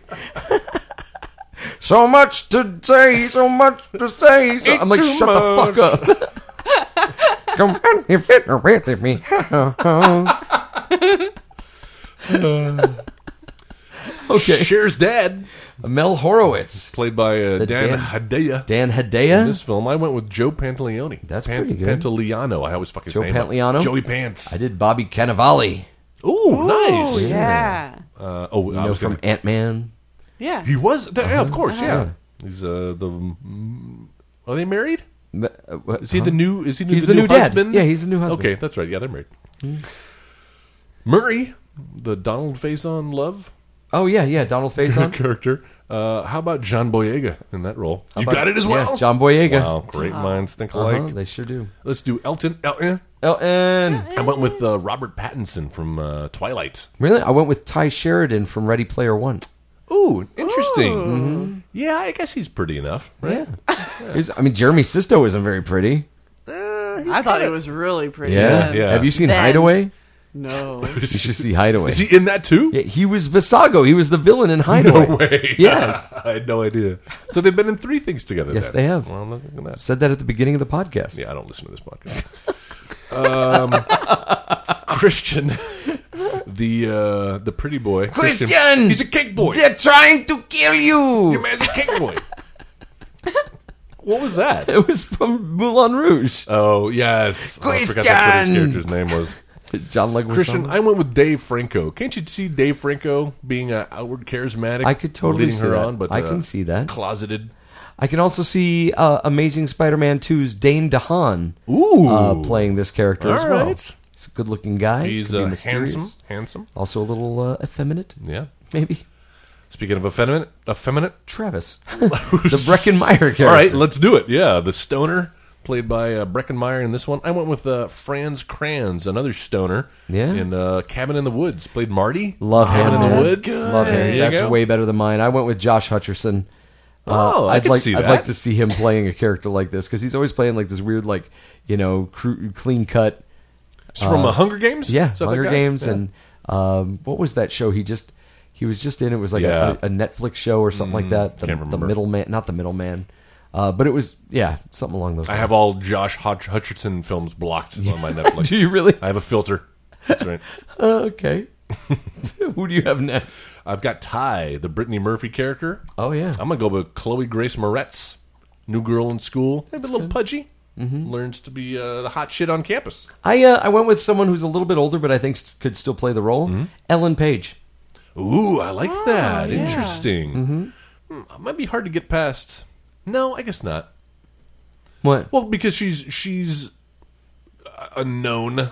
Speaker 5: so much to say, so much to say. So I'm like,
Speaker 4: too
Speaker 5: shut
Speaker 4: much."
Speaker 5: the fuck up. Come on, you better with me. okay,
Speaker 4: Cher's dad,
Speaker 5: Mel Horowitz,
Speaker 4: played by uh,
Speaker 5: The
Speaker 4: Dan,
Speaker 5: Dan-
Speaker 4: Hedaya.
Speaker 5: Dan
Speaker 4: In
Speaker 5: Hedaya.
Speaker 4: this film, I went with Joe Pantaleone.
Speaker 5: That's
Speaker 4: Pant-
Speaker 5: pretty good.
Speaker 4: Pantaleano. I always fuck his
Speaker 5: Joe
Speaker 4: name. up.
Speaker 5: Pantaleano?
Speaker 4: Joey Pants.
Speaker 5: I did Bobby Cannavale.
Speaker 4: Ooh,
Speaker 6: Oh,
Speaker 4: nice.
Speaker 6: yeah.
Speaker 4: Uh, oh,
Speaker 5: You
Speaker 4: I
Speaker 5: know
Speaker 4: was
Speaker 5: from Uh-huh.
Speaker 4: gonna-
Speaker 5: Ant Man.
Speaker 6: Yeah.
Speaker 4: He was. th- Yeah, of course. Yeah. He's uh the. mm, Are they married?
Speaker 5: Uh,
Speaker 4: Is he the new? Is he
Speaker 5: Uh-huh. He's
Speaker 4: the,
Speaker 5: the
Speaker 4: new,
Speaker 5: new dad.
Speaker 4: husband?
Speaker 5: Yeah, he's the new husband. Hmm.
Speaker 4: Okay, that's right. Yeah, they're married. Murray, the Donald Faison love
Speaker 5: Oh yeah, yeah. Donald Faison.
Speaker 4: character. Uh, how about John Boyega in that role? you
Speaker 5: about-
Speaker 4: got it as
Speaker 5: yeah,
Speaker 4: well.
Speaker 5: John Boyega.
Speaker 4: Wow, great minds think alike.
Speaker 5: Uh-huh, they sure do.
Speaker 4: Let's do Elton. Elton.
Speaker 5: Elton.
Speaker 4: I went with uh, Robert Pattinson from uh, Twilight.
Speaker 5: Really? I went with Ty Sheridan from Ready Player One.
Speaker 4: Ooh, interesting. Yeah, I guess he's pretty enough, right?
Speaker 5: Is- I mean, Jeremy Sisto isn't very pretty.
Speaker 6: I thought it was really pretty.
Speaker 4: Yeah. Yeah.
Speaker 5: Have you seen
Speaker 6: Then-
Speaker 5: Hideaway?
Speaker 6: No.
Speaker 5: You should see Hideaway.
Speaker 4: Is he in that too?
Speaker 5: Yeah, he was Visago. He was the villain in Hideaway.
Speaker 4: No way.
Speaker 5: Yes.
Speaker 4: I had no idea. So they've been in three things together.
Speaker 5: Yes,
Speaker 4: then.
Speaker 5: they have.
Speaker 4: Well, look at that.
Speaker 5: Said that at the beginning of the podcast.
Speaker 4: Yeah, I don't listen to this podcast. um, Christian, the uh, the pretty boy.
Speaker 7: Christian!
Speaker 4: he's a cake boy.
Speaker 7: They're trying to kill
Speaker 4: Your
Speaker 7: you.
Speaker 4: man's a cake boy. what was that?
Speaker 5: It was from Moulin Rouge.
Speaker 4: Oh yes, Oh, I forgot that's what his
Speaker 7: Christian!
Speaker 4: character's name was.
Speaker 5: John Leguizamo.
Speaker 4: Christian, I went with Dave Franco. Can't you see Dave Franco being uh, outward charismatic?
Speaker 5: I could totally
Speaker 4: leading
Speaker 5: see
Speaker 4: her
Speaker 5: that.
Speaker 4: on, but
Speaker 5: I
Speaker 4: uh,
Speaker 5: can see that.
Speaker 4: closeted.
Speaker 5: I can also see uh, Amazing Spider-Man 2's Dane DeHaan
Speaker 4: Ooh,
Speaker 5: uh, playing this character as
Speaker 4: All
Speaker 5: well.
Speaker 4: right.
Speaker 5: He's a good-looking guy.
Speaker 4: He's
Speaker 5: Could be
Speaker 4: uh,
Speaker 5: mysterious.
Speaker 4: handsome, handsome.
Speaker 5: Also a little uh, effeminate,
Speaker 4: Yeah.
Speaker 5: maybe.
Speaker 4: Speaking of effeminate, effeminate,
Speaker 5: Travis, the Breckenmeyer character.
Speaker 4: All right, let's do it. Yeah, the stoner played by uh, Breckenmeyer in this one. I went with uh, Franz Kranz, another stoner.
Speaker 5: Yeah.
Speaker 4: In uh, Cabin in the Woods, played Marty.
Speaker 5: Love him.
Speaker 4: Cabin in the
Speaker 5: man.
Speaker 4: Woods.
Speaker 5: Love
Speaker 4: Ah, There
Speaker 5: him.
Speaker 4: you
Speaker 5: That's
Speaker 4: go.
Speaker 5: way better than mine. I went with Josh Hutcherson. Uh,
Speaker 4: Oh, I
Speaker 5: I'd
Speaker 4: could
Speaker 5: like
Speaker 4: see
Speaker 5: I'd
Speaker 4: that.
Speaker 5: like to see him playing a character like this because he's always playing like this weird, like you know, cru- clean cut.
Speaker 4: It's from uh, Hunger Games.
Speaker 5: Yeah,
Speaker 4: Is that the
Speaker 5: Hunger
Speaker 4: guy?
Speaker 5: Games
Speaker 4: Yeah.
Speaker 5: and um, what was that show? He just he was just in. It was like
Speaker 4: Yeah. Mm,
Speaker 5: a, a Netflix show or something like that. The,
Speaker 4: can't
Speaker 5: the
Speaker 4: remember.
Speaker 5: middleman, not the middleman, uh, but it was yeah, something along those.
Speaker 4: I
Speaker 5: lines.
Speaker 4: have all Josh Hutch- Hutcherson films blocked on my Netflix.
Speaker 5: Do you really?
Speaker 4: I have a filter. That's right.
Speaker 5: Uh, okay. Who do you have next?
Speaker 4: I've got Ty, the Brittany Murphy character.
Speaker 5: Oh yeah,
Speaker 4: I'm gonna go with Chloe Grace Moretz, new girl in school, maybe a little pudgy,
Speaker 5: Mm-hmm.
Speaker 4: learns to be uh, the hot shit on campus.
Speaker 5: I uh, I went with someone who's a little bit older, but I think s- could still play the role.
Speaker 4: Mm-hmm.
Speaker 5: Ellen Page.
Speaker 4: Ooh, I
Speaker 5: Ah,
Speaker 4: like that. Interesting.
Speaker 5: Mm-hmm.
Speaker 4: Hmm, might be hard to get past. No, I guess not.
Speaker 5: What?
Speaker 4: Well, because she's she's uh, a known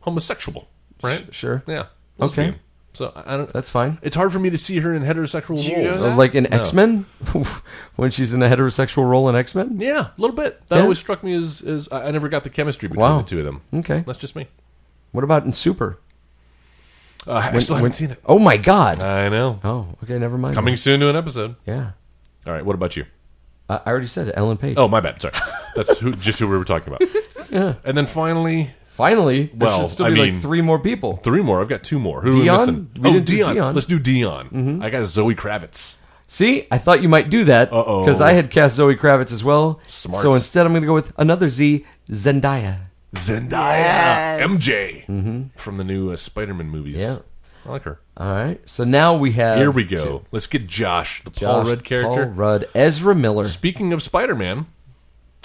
Speaker 4: homosexual, right?
Speaker 5: Sh- sure.
Speaker 4: Yeah. Must
Speaker 5: Okay.
Speaker 4: be. So I I don't.
Speaker 5: That's fine. Uh,
Speaker 4: It's hard for me to see her in heterosexual
Speaker 6: you know
Speaker 4: roles.
Speaker 6: that?
Speaker 5: Like in
Speaker 4: No.
Speaker 5: X Men, when she's in a heterosexual role in X Men.
Speaker 4: Yeah, a little bit. That
Speaker 5: Yeah.
Speaker 4: always struck me as as I I never got the chemistry between
Speaker 5: Wow.
Speaker 4: the two of them.
Speaker 5: Okay.
Speaker 4: That's just me.
Speaker 5: What about in Super?
Speaker 4: Uh, I still haven't seen it.
Speaker 5: Oh my God.
Speaker 4: I know.
Speaker 5: Oh, okay. Never mind.
Speaker 4: Coming soon to an episode.
Speaker 5: Yeah.
Speaker 4: All right. What about you?
Speaker 5: Uh, I already said it, Ellen Page.
Speaker 4: Oh, my bad. Sorry. That's who, just who we were talking about. And then finally,
Speaker 5: Finally, there
Speaker 4: Well,
Speaker 5: should still
Speaker 4: I
Speaker 5: be
Speaker 4: mean-
Speaker 5: like three more people.
Speaker 4: three more. I've got two more. Who
Speaker 5: Dion?
Speaker 4: Are we missing?
Speaker 5: We
Speaker 4: oh,
Speaker 5: didn't do
Speaker 4: Dion.
Speaker 5: Dion. Mm-hmm.
Speaker 4: Let's do Dion. I got Zoe Kravitz.
Speaker 5: See, I thought you might do that
Speaker 4: Uh-oh.
Speaker 5: because I had cast Zoe Kravitz as well.
Speaker 4: Smart.
Speaker 5: So instead, I'm going to go with another Z, Zendaya.
Speaker 4: Zendaya.
Speaker 6: Yes.
Speaker 4: MJ. From the new uh, Spider Man movies.
Speaker 5: Mm-hmm. Yeah.
Speaker 4: I like her.
Speaker 5: All right. So now we have
Speaker 4: Here we go. Let's get Josh, the Paul
Speaker 5: Josh,
Speaker 4: Rudd character.
Speaker 5: Paul Rudd, Ezra Miller.
Speaker 4: Speaking of Spider Man,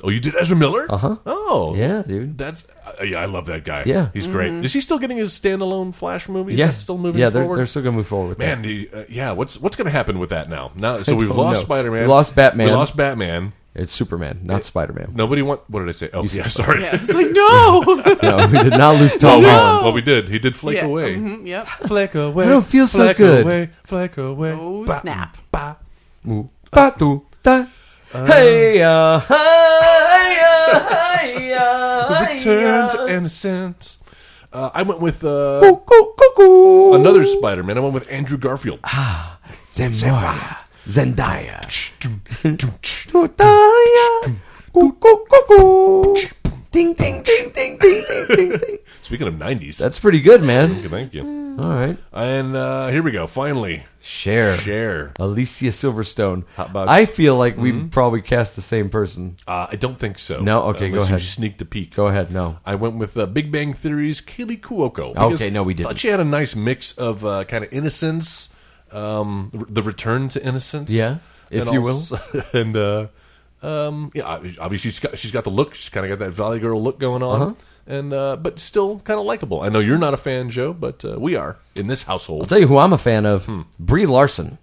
Speaker 4: oh, you did Ezra Miller? Uh huh. Oh,
Speaker 5: Uh-huh. Yeah, dude.
Speaker 4: That's uh, yeah, I love that guy.
Speaker 5: Yeah.
Speaker 4: he's
Speaker 6: Mm-hmm.
Speaker 4: great. Is he still getting his standalone Flash movie? Is
Speaker 5: yeah,
Speaker 4: that still moving
Speaker 5: Yeah, they're,
Speaker 4: forward.
Speaker 5: they're still going to move forward. With that.
Speaker 4: Man, the, uh, yeah. What's what's going to happen with that now? Now, so
Speaker 5: I
Speaker 4: we've
Speaker 5: don't
Speaker 4: lost
Speaker 5: know.
Speaker 4: Spider Man.
Speaker 5: We lost Batman.
Speaker 4: We lost Batman.
Speaker 5: it's Superman, not Spider Man.
Speaker 4: Nobody want. What did I say? Oh, yeah. Sorry.
Speaker 6: Yeah, I was like, no.
Speaker 5: No, we did not lose Tom
Speaker 4: Oh,
Speaker 5: Holland.
Speaker 4: well, we did. He did flake
Speaker 6: yeah.
Speaker 4: away.
Speaker 6: mhm, yep.
Speaker 4: Flake away.
Speaker 5: I don't feel so
Speaker 4: flake
Speaker 5: good.
Speaker 4: Away, flake away.
Speaker 6: Oh,
Speaker 4: Ba-
Speaker 6: snap.
Speaker 4: ba-
Speaker 5: Ooh, ba, doo, da. Hey, uh, hi, uh, hi, uh, hi,
Speaker 4: Return
Speaker 5: uh.
Speaker 4: to innocence. Uh, I went with uh,
Speaker 5: Cuckoo, cuckoo.
Speaker 4: another Spider Man. I went with Andrew Garfield.
Speaker 5: Ah. Zendaya. Zendaya. Ding, ding, ding, ding, ding, ding, ding, ding.
Speaker 4: Speaking of nineties,
Speaker 5: That's pretty good, man.
Speaker 4: thank you.
Speaker 5: All right.
Speaker 4: And uh, here we go. Finally,
Speaker 5: Share.
Speaker 4: share.
Speaker 5: Alicia Silverstone.
Speaker 4: Hot Mm-hmm. box.
Speaker 5: I feel like we probably cast the same person.
Speaker 4: Uh, I don't think so. Uh,
Speaker 5: No? Okay, go
Speaker 4: Unless
Speaker 5: ahead.
Speaker 4: You sneaked a peek.
Speaker 5: Go ahead. No.
Speaker 4: I went with uh, Big Bang Theory's Kaylee Cuoco.
Speaker 5: Okay, no, we didn't.
Speaker 4: Thought she had a nice mix of uh, kind of innocence, um, r- the return to innocence,
Speaker 5: Yeah, if
Speaker 4: and
Speaker 5: you will.
Speaker 4: also- and uh, um, yeah, ob- obviously she's got she's got the look. She's kind of got that Valley Girl look going on,
Speaker 5: Uh-huh.
Speaker 4: and uh, but still kind of likable. I know you're not a fan, Joe, but uh, we are in this household.
Speaker 5: I'll tell you who I'm a fan of. Brie Larson.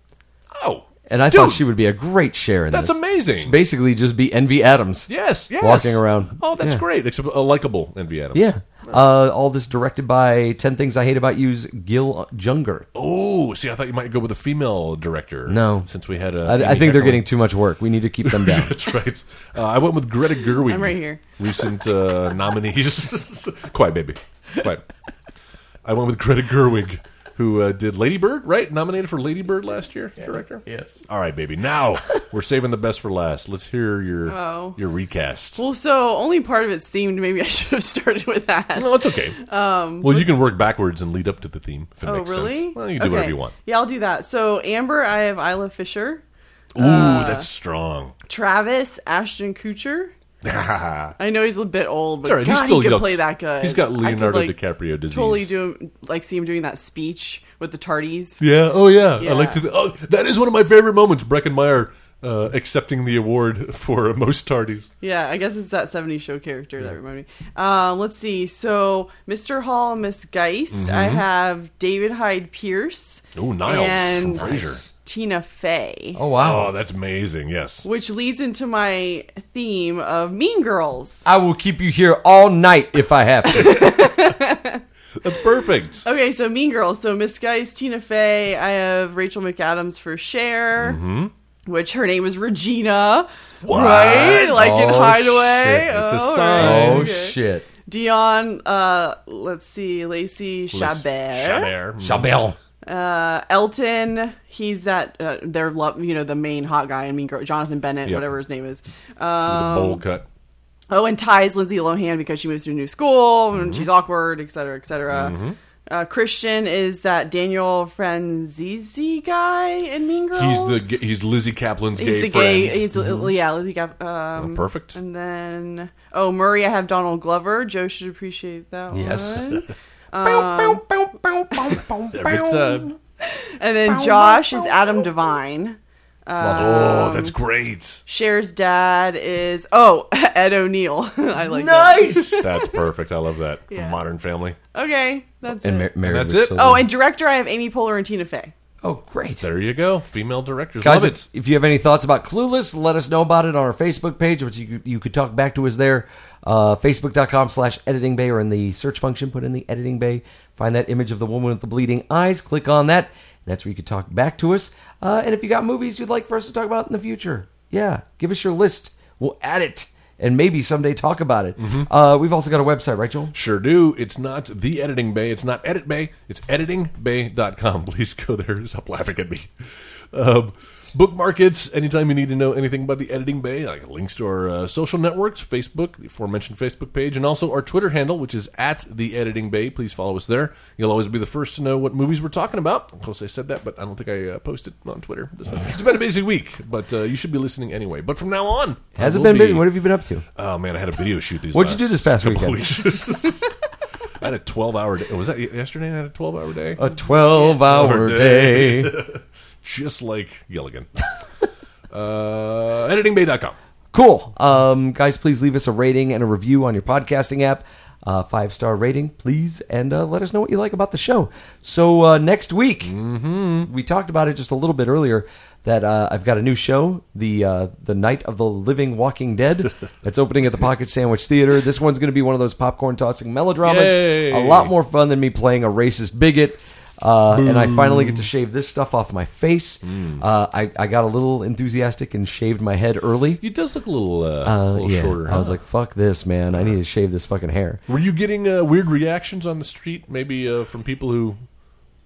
Speaker 4: oh,
Speaker 5: And I
Speaker 4: Hmm. Dude,
Speaker 5: thought she would be a great share in
Speaker 4: That's
Speaker 5: this.
Speaker 4: amazing.
Speaker 5: She'd basically just be Envy Adams.
Speaker 4: Yes, yes.
Speaker 5: Walking around.
Speaker 4: Oh, that's
Speaker 5: Yeah.
Speaker 4: great. Except a likable Envy Adams.
Speaker 5: Yeah. Uh, all this directed by 10 Things I Hate About You's Gil Junger.
Speaker 4: Oh, see, I thought you might go with a female director.
Speaker 5: No.
Speaker 4: since we had a.
Speaker 5: I, I think they're getting too much work. We need to keep them down.
Speaker 4: That's right. Uh, I went with Greta Gerwig.
Speaker 6: I'm right here.
Speaker 4: Recent uh, nominees. Quiet, baby. Quiet. I went with Greta Gerwig, who uh, did Lady Bird, right? Nominated for Lady Bird last year, director.
Speaker 5: yes.
Speaker 4: All right, baby. Now we're saving the best for last. Let's hear your
Speaker 6: Oh.
Speaker 4: your recast.
Speaker 6: Well, so only part of it's themed. Maybe I should have started with that.
Speaker 4: no, it's okay. well, you can work backwards and lead up to the theme if it
Speaker 6: oh,
Speaker 4: Um, makes
Speaker 6: really?
Speaker 4: sense. Well, you can do whatever
Speaker 6: Okay.
Speaker 4: you want.
Speaker 6: Yeah, I'll do that. So Amber, I have Isla Fisher.
Speaker 4: Ooh, that's strong.
Speaker 6: Travis Ashton Kutcher.
Speaker 4: That's
Speaker 6: I know he's a bit old, but
Speaker 4: all right.
Speaker 6: God,
Speaker 4: he's still
Speaker 6: he could
Speaker 4: young.
Speaker 6: play that good.
Speaker 4: He's got
Speaker 6: I could,
Speaker 4: Leonardo
Speaker 6: like,
Speaker 4: DiCaprio disease.
Speaker 6: Totally do him- like see him doing that speech with the tardies.
Speaker 4: Yeah. Oh, yeah. I
Speaker 6: Yeah.
Speaker 4: like to. Th- oh, that is one of my favorite moments. Breckenmeyer uh, accepting the award for most tardies.
Speaker 6: Yeah, I guess it's that 70s show character that reminded me. Uh, let's see. So, Mr. Hall, Miss Geist. I have David Hyde Pierce.
Speaker 4: Oh, Mm-hmm. Niles
Speaker 6: and
Speaker 4: from Frasier.
Speaker 6: Tina Fey.
Speaker 5: Oh, wow.
Speaker 4: Oh, that's amazing. Yes.
Speaker 6: Which leads into my theme of Mean Girls.
Speaker 5: I will keep you here all night if I have to.
Speaker 4: That's perfect.
Speaker 6: Okay, so Mean Girls. So Miss Guy's Tina Fey. I have Rachel McAdams for Cher, which her name is Regina, right? Like in
Speaker 5: Oh,
Speaker 6: Hideaway.
Speaker 5: shit.
Speaker 4: It's a
Speaker 6: All
Speaker 4: sign.
Speaker 5: oh,
Speaker 6: okay.
Speaker 5: shit.
Speaker 6: Dion. Uh, let's see, Lacey Chabert.
Speaker 4: Chabert. Mm,
Speaker 5: Chabelle.
Speaker 6: Uh, Elton. He's that. Uh, their love. You know, the main hot guy in Mean Girls, Jonathan Bennett,
Speaker 4: Yep.
Speaker 6: whatever his name is.
Speaker 4: The bowl cut.
Speaker 6: Oh, and ties Lindsay Lohan because she moves to a new school
Speaker 5: Mm-hmm.
Speaker 6: and she's awkward, et cetera, et cetera. Uh, Christian is that Daniel Franzese guy in Mean
Speaker 4: He's
Speaker 6: Girls.
Speaker 4: the. ga- He's Lizzie Kaplan's
Speaker 6: he's
Speaker 4: gay
Speaker 6: the
Speaker 4: friend. Oh,
Speaker 6: gay. He's
Speaker 5: Mm-hmm.
Speaker 6: yeah, Lizzie Gav- um,
Speaker 4: perfect.
Speaker 6: And then oh, Murray, I have Donald Glover. Joe should appreciate that
Speaker 5: Yes.
Speaker 6: one.
Speaker 4: Every time.
Speaker 6: And then Josh is Adam Devine.
Speaker 4: oh, that's great.
Speaker 6: Cher's dad is oh Ed O'Neill. I like that.
Speaker 5: Nice.
Speaker 4: That's perfect. I love that. From Modern Family.
Speaker 6: Okay, that's
Speaker 5: and
Speaker 6: it.
Speaker 5: Mar- Mary
Speaker 4: that's
Speaker 5: with
Speaker 4: it.
Speaker 5: Children.
Speaker 6: oh, and director, I have Amy Poehler and Tina Fey.
Speaker 5: oh, great.
Speaker 4: There you go. Female directors.
Speaker 5: Guys,
Speaker 4: love
Speaker 5: if,
Speaker 4: it.
Speaker 5: if you have any thoughts about Clueless, let us know about it on our Facebook page, which you, could- you could talk back to us there. Uh, Facebook.com slash editing bay or in the search function, put in the editing bay, find that image of the woman with the bleeding eyes, click on that. That's where you could talk back to us. Uh, and if you got movies you'd like for us to talk about in the future, yeah, give us your list. We'll add it and maybe someday talk about it.
Speaker 4: Mm-hmm.
Speaker 5: Uh, we've also got a website, right, Joel?
Speaker 4: Sure do. It's not the editing bay. It's not edit bay. It's editingbay.com. Please go there. Stop laughing at me. Um, Bookmark it anytime you need to know anything about the editing bay, like links to our uh, social networks, Facebook, the aforementioned Facebook page, and also our Twitter handle, which is at the editing bay. Please follow us there. You'll always be the first to know what movies we're talking about. Of course, I said that, but I don't think I uh, posted on Twitter. This week. It's been a busy week, but uh, you should be listening anyway. But from now on, I
Speaker 5: Has it
Speaker 4: will
Speaker 5: been
Speaker 4: be-
Speaker 5: big? What have you been up to?
Speaker 4: Oh man, I had a video shoot these.
Speaker 5: What'd you
Speaker 4: last
Speaker 5: do this past
Speaker 4: couple
Speaker 5: weekend?
Speaker 4: weeks. I had a twelve-hour day. Was that yesterday? I had a twelve-hour day.
Speaker 5: A 12 hour day.
Speaker 4: just like Gilligan. uh, editingbay.com.
Speaker 5: Cool. Um, guys, please leave us a rating and a review on your podcasting app. Uh, five star rating, please, and uh, let us know what you like about the show. So uh, next week, we talked about it just a little bit earlier. That uh, I've got a new show, the uh, the Night of the Living Walking Dead. That's opening at the Pocket Sandwich Theater. This one's going to be one of those popcorn tossing melodramas.
Speaker 4: Yay.
Speaker 5: A lot more fun than me playing a racist bigot. Uh, and I finally get to shave this stuff off my face. Uh, I, I got a little enthusiastic and shaved my head early.
Speaker 4: It does look a little, uh, a
Speaker 5: Uh,
Speaker 4: little
Speaker 5: yeah.
Speaker 4: shorter.
Speaker 5: I was
Speaker 4: huh?
Speaker 5: like, "Fuck this, man! I need to shave this fucking hair."
Speaker 4: were you getting uh, weird reactions on the street? Maybe uh, from people who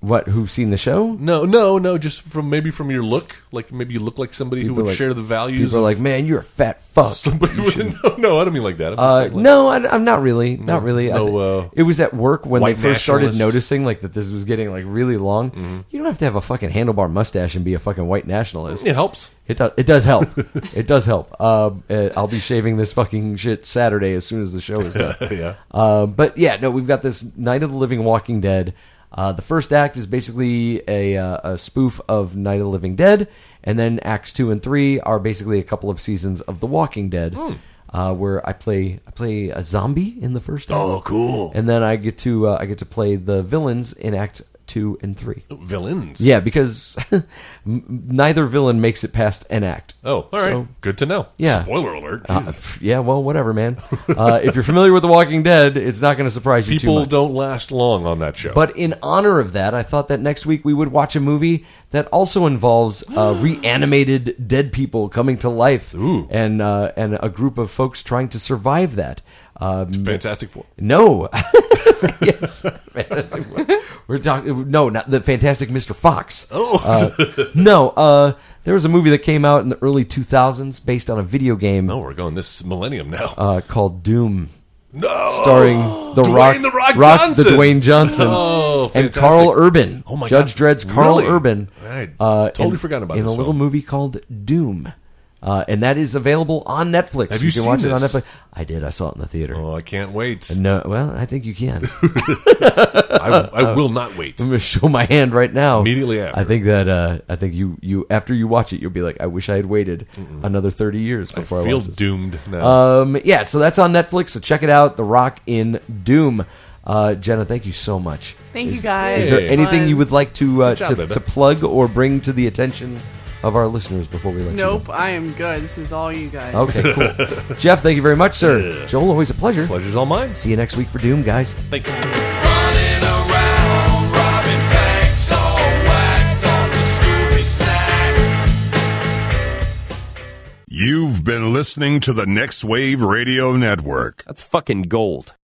Speaker 5: What? Who've seen the show?
Speaker 4: no, no, no, just from maybe from your look. Like maybe you look like somebody who
Speaker 5: People
Speaker 4: would
Speaker 5: are like-
Speaker 4: share the values.
Speaker 5: People are
Speaker 4: of
Speaker 5: like, "Man, you're a fat fuck."
Speaker 4: somebody with- no, no, I don't mean like that. I'm just
Speaker 5: Uh,
Speaker 4: saying, like,
Speaker 5: no, I, am not really, not really. I
Speaker 4: no,
Speaker 5: th-
Speaker 4: uh,
Speaker 5: it was at work when they
Speaker 4: white
Speaker 5: first started
Speaker 4: nationalist.
Speaker 5: noticing like that this was getting like really long.
Speaker 4: Mm-hmm.
Speaker 5: You don't have to have a fucking handlebar mustache and be a fucking white nationalist.
Speaker 4: it helps.
Speaker 5: It does. It does help. it does help. Um, uh, I'll be shaving this fucking shit Saturday as soon as the show is done.
Speaker 4: yeah.
Speaker 5: Um, but yeah, no, we've got this Night of the Living Walking Dead. Uh, the first act is basically a, uh, a spoof of Night of the Living Dead, and then acts two and three are basically a couple of seasons of The Walking Dead,
Speaker 4: Hmm.
Speaker 5: uh, where I play I play a zombie in the first. Act,
Speaker 4: Oh, cool.
Speaker 5: And then I get to uh, I get to play the villains in Act two and three.
Speaker 4: Villains.
Speaker 5: Yeah, because m- neither villain makes it past an act.
Speaker 4: Oh, all right.
Speaker 5: So-
Speaker 4: Good to know.
Speaker 5: Yeah.
Speaker 4: Spoiler alert. Hmm.
Speaker 5: Uh,
Speaker 4: Jesus.
Speaker 5: pff, yeah, well, whatever, man. Uh, if you're familiar with The Walking Dead, it's not going to surprise you too
Speaker 4: people
Speaker 5: much.
Speaker 4: don't last long on that show.
Speaker 5: But in honor of that, I thought that next week we would watch a movie that also involves uh, reanimated dead people coming to life, and uh, and a group of folks trying to survive that. Um,
Speaker 4: Fantastic Four.
Speaker 5: no, yes, Fantastic Four. we're talking. No, not the Fantastic Mr. Fox. Oh no, uh, there was a movie that came out in the early two thousands based on a video game
Speaker 4: No, we're going this millennium now.
Speaker 5: uh, called Doom
Speaker 4: no.
Speaker 5: starring the
Speaker 4: Dwayne
Speaker 5: Rock,
Speaker 4: The Rock
Speaker 5: the
Speaker 4: Johnson.
Speaker 5: Dwayne Johnson,
Speaker 4: Oh,
Speaker 5: and
Speaker 4: fantastic.
Speaker 5: Carl Urban.
Speaker 4: Oh my
Speaker 5: Judge
Speaker 4: God,
Speaker 5: Dredd's Carl
Speaker 4: really?
Speaker 5: Urban. uh,
Speaker 4: I totally
Speaker 5: in-
Speaker 4: forgot about
Speaker 5: in
Speaker 4: this
Speaker 5: a little
Speaker 4: film.
Speaker 5: movie called Doom, uh, and that is available on Netflix.
Speaker 4: Have you
Speaker 5: can
Speaker 4: seen
Speaker 5: watch it on
Speaker 4: this?
Speaker 5: Netflix? I did. I saw it in the theater.
Speaker 4: Oh, I can't wait.
Speaker 5: No, well, I think you can.
Speaker 4: I,
Speaker 5: uh,
Speaker 4: I will not wait.
Speaker 5: I'm going to show my hand right now.
Speaker 4: Immediately after.
Speaker 5: I think that uh, I think you you after you watch it, you'll be like, I wish I had waited another 30 years before I,
Speaker 4: feel
Speaker 5: watched this.
Speaker 4: doomed now.
Speaker 5: Um, yeah, so that's on Netflix. So check it out. The Rock in Doom. Uh, Jenna, thank you so much.
Speaker 6: Thank
Speaker 5: Is-
Speaker 6: you, guys.
Speaker 5: Is there
Speaker 4: Hey.
Speaker 5: anything
Speaker 6: Fun.
Speaker 5: you would like to uh,
Speaker 4: Good job,
Speaker 5: to,
Speaker 4: baby.
Speaker 5: to plug or bring to the attention of our listeners before we let
Speaker 6: Nope, I am good. This is all you guys.
Speaker 5: you go? Okay, cool. Jeff, thank you very much, sir. Joel, always a pleasure.
Speaker 4: Pleasure's all mine.
Speaker 5: See you next week for Doom, guys.
Speaker 4: Thanks.
Speaker 8: Running around, robbing banks, all whacked on the Scooby Snacks.
Speaker 1: You've been listening to the Next Wave Radio Network.
Speaker 9: That's fucking gold.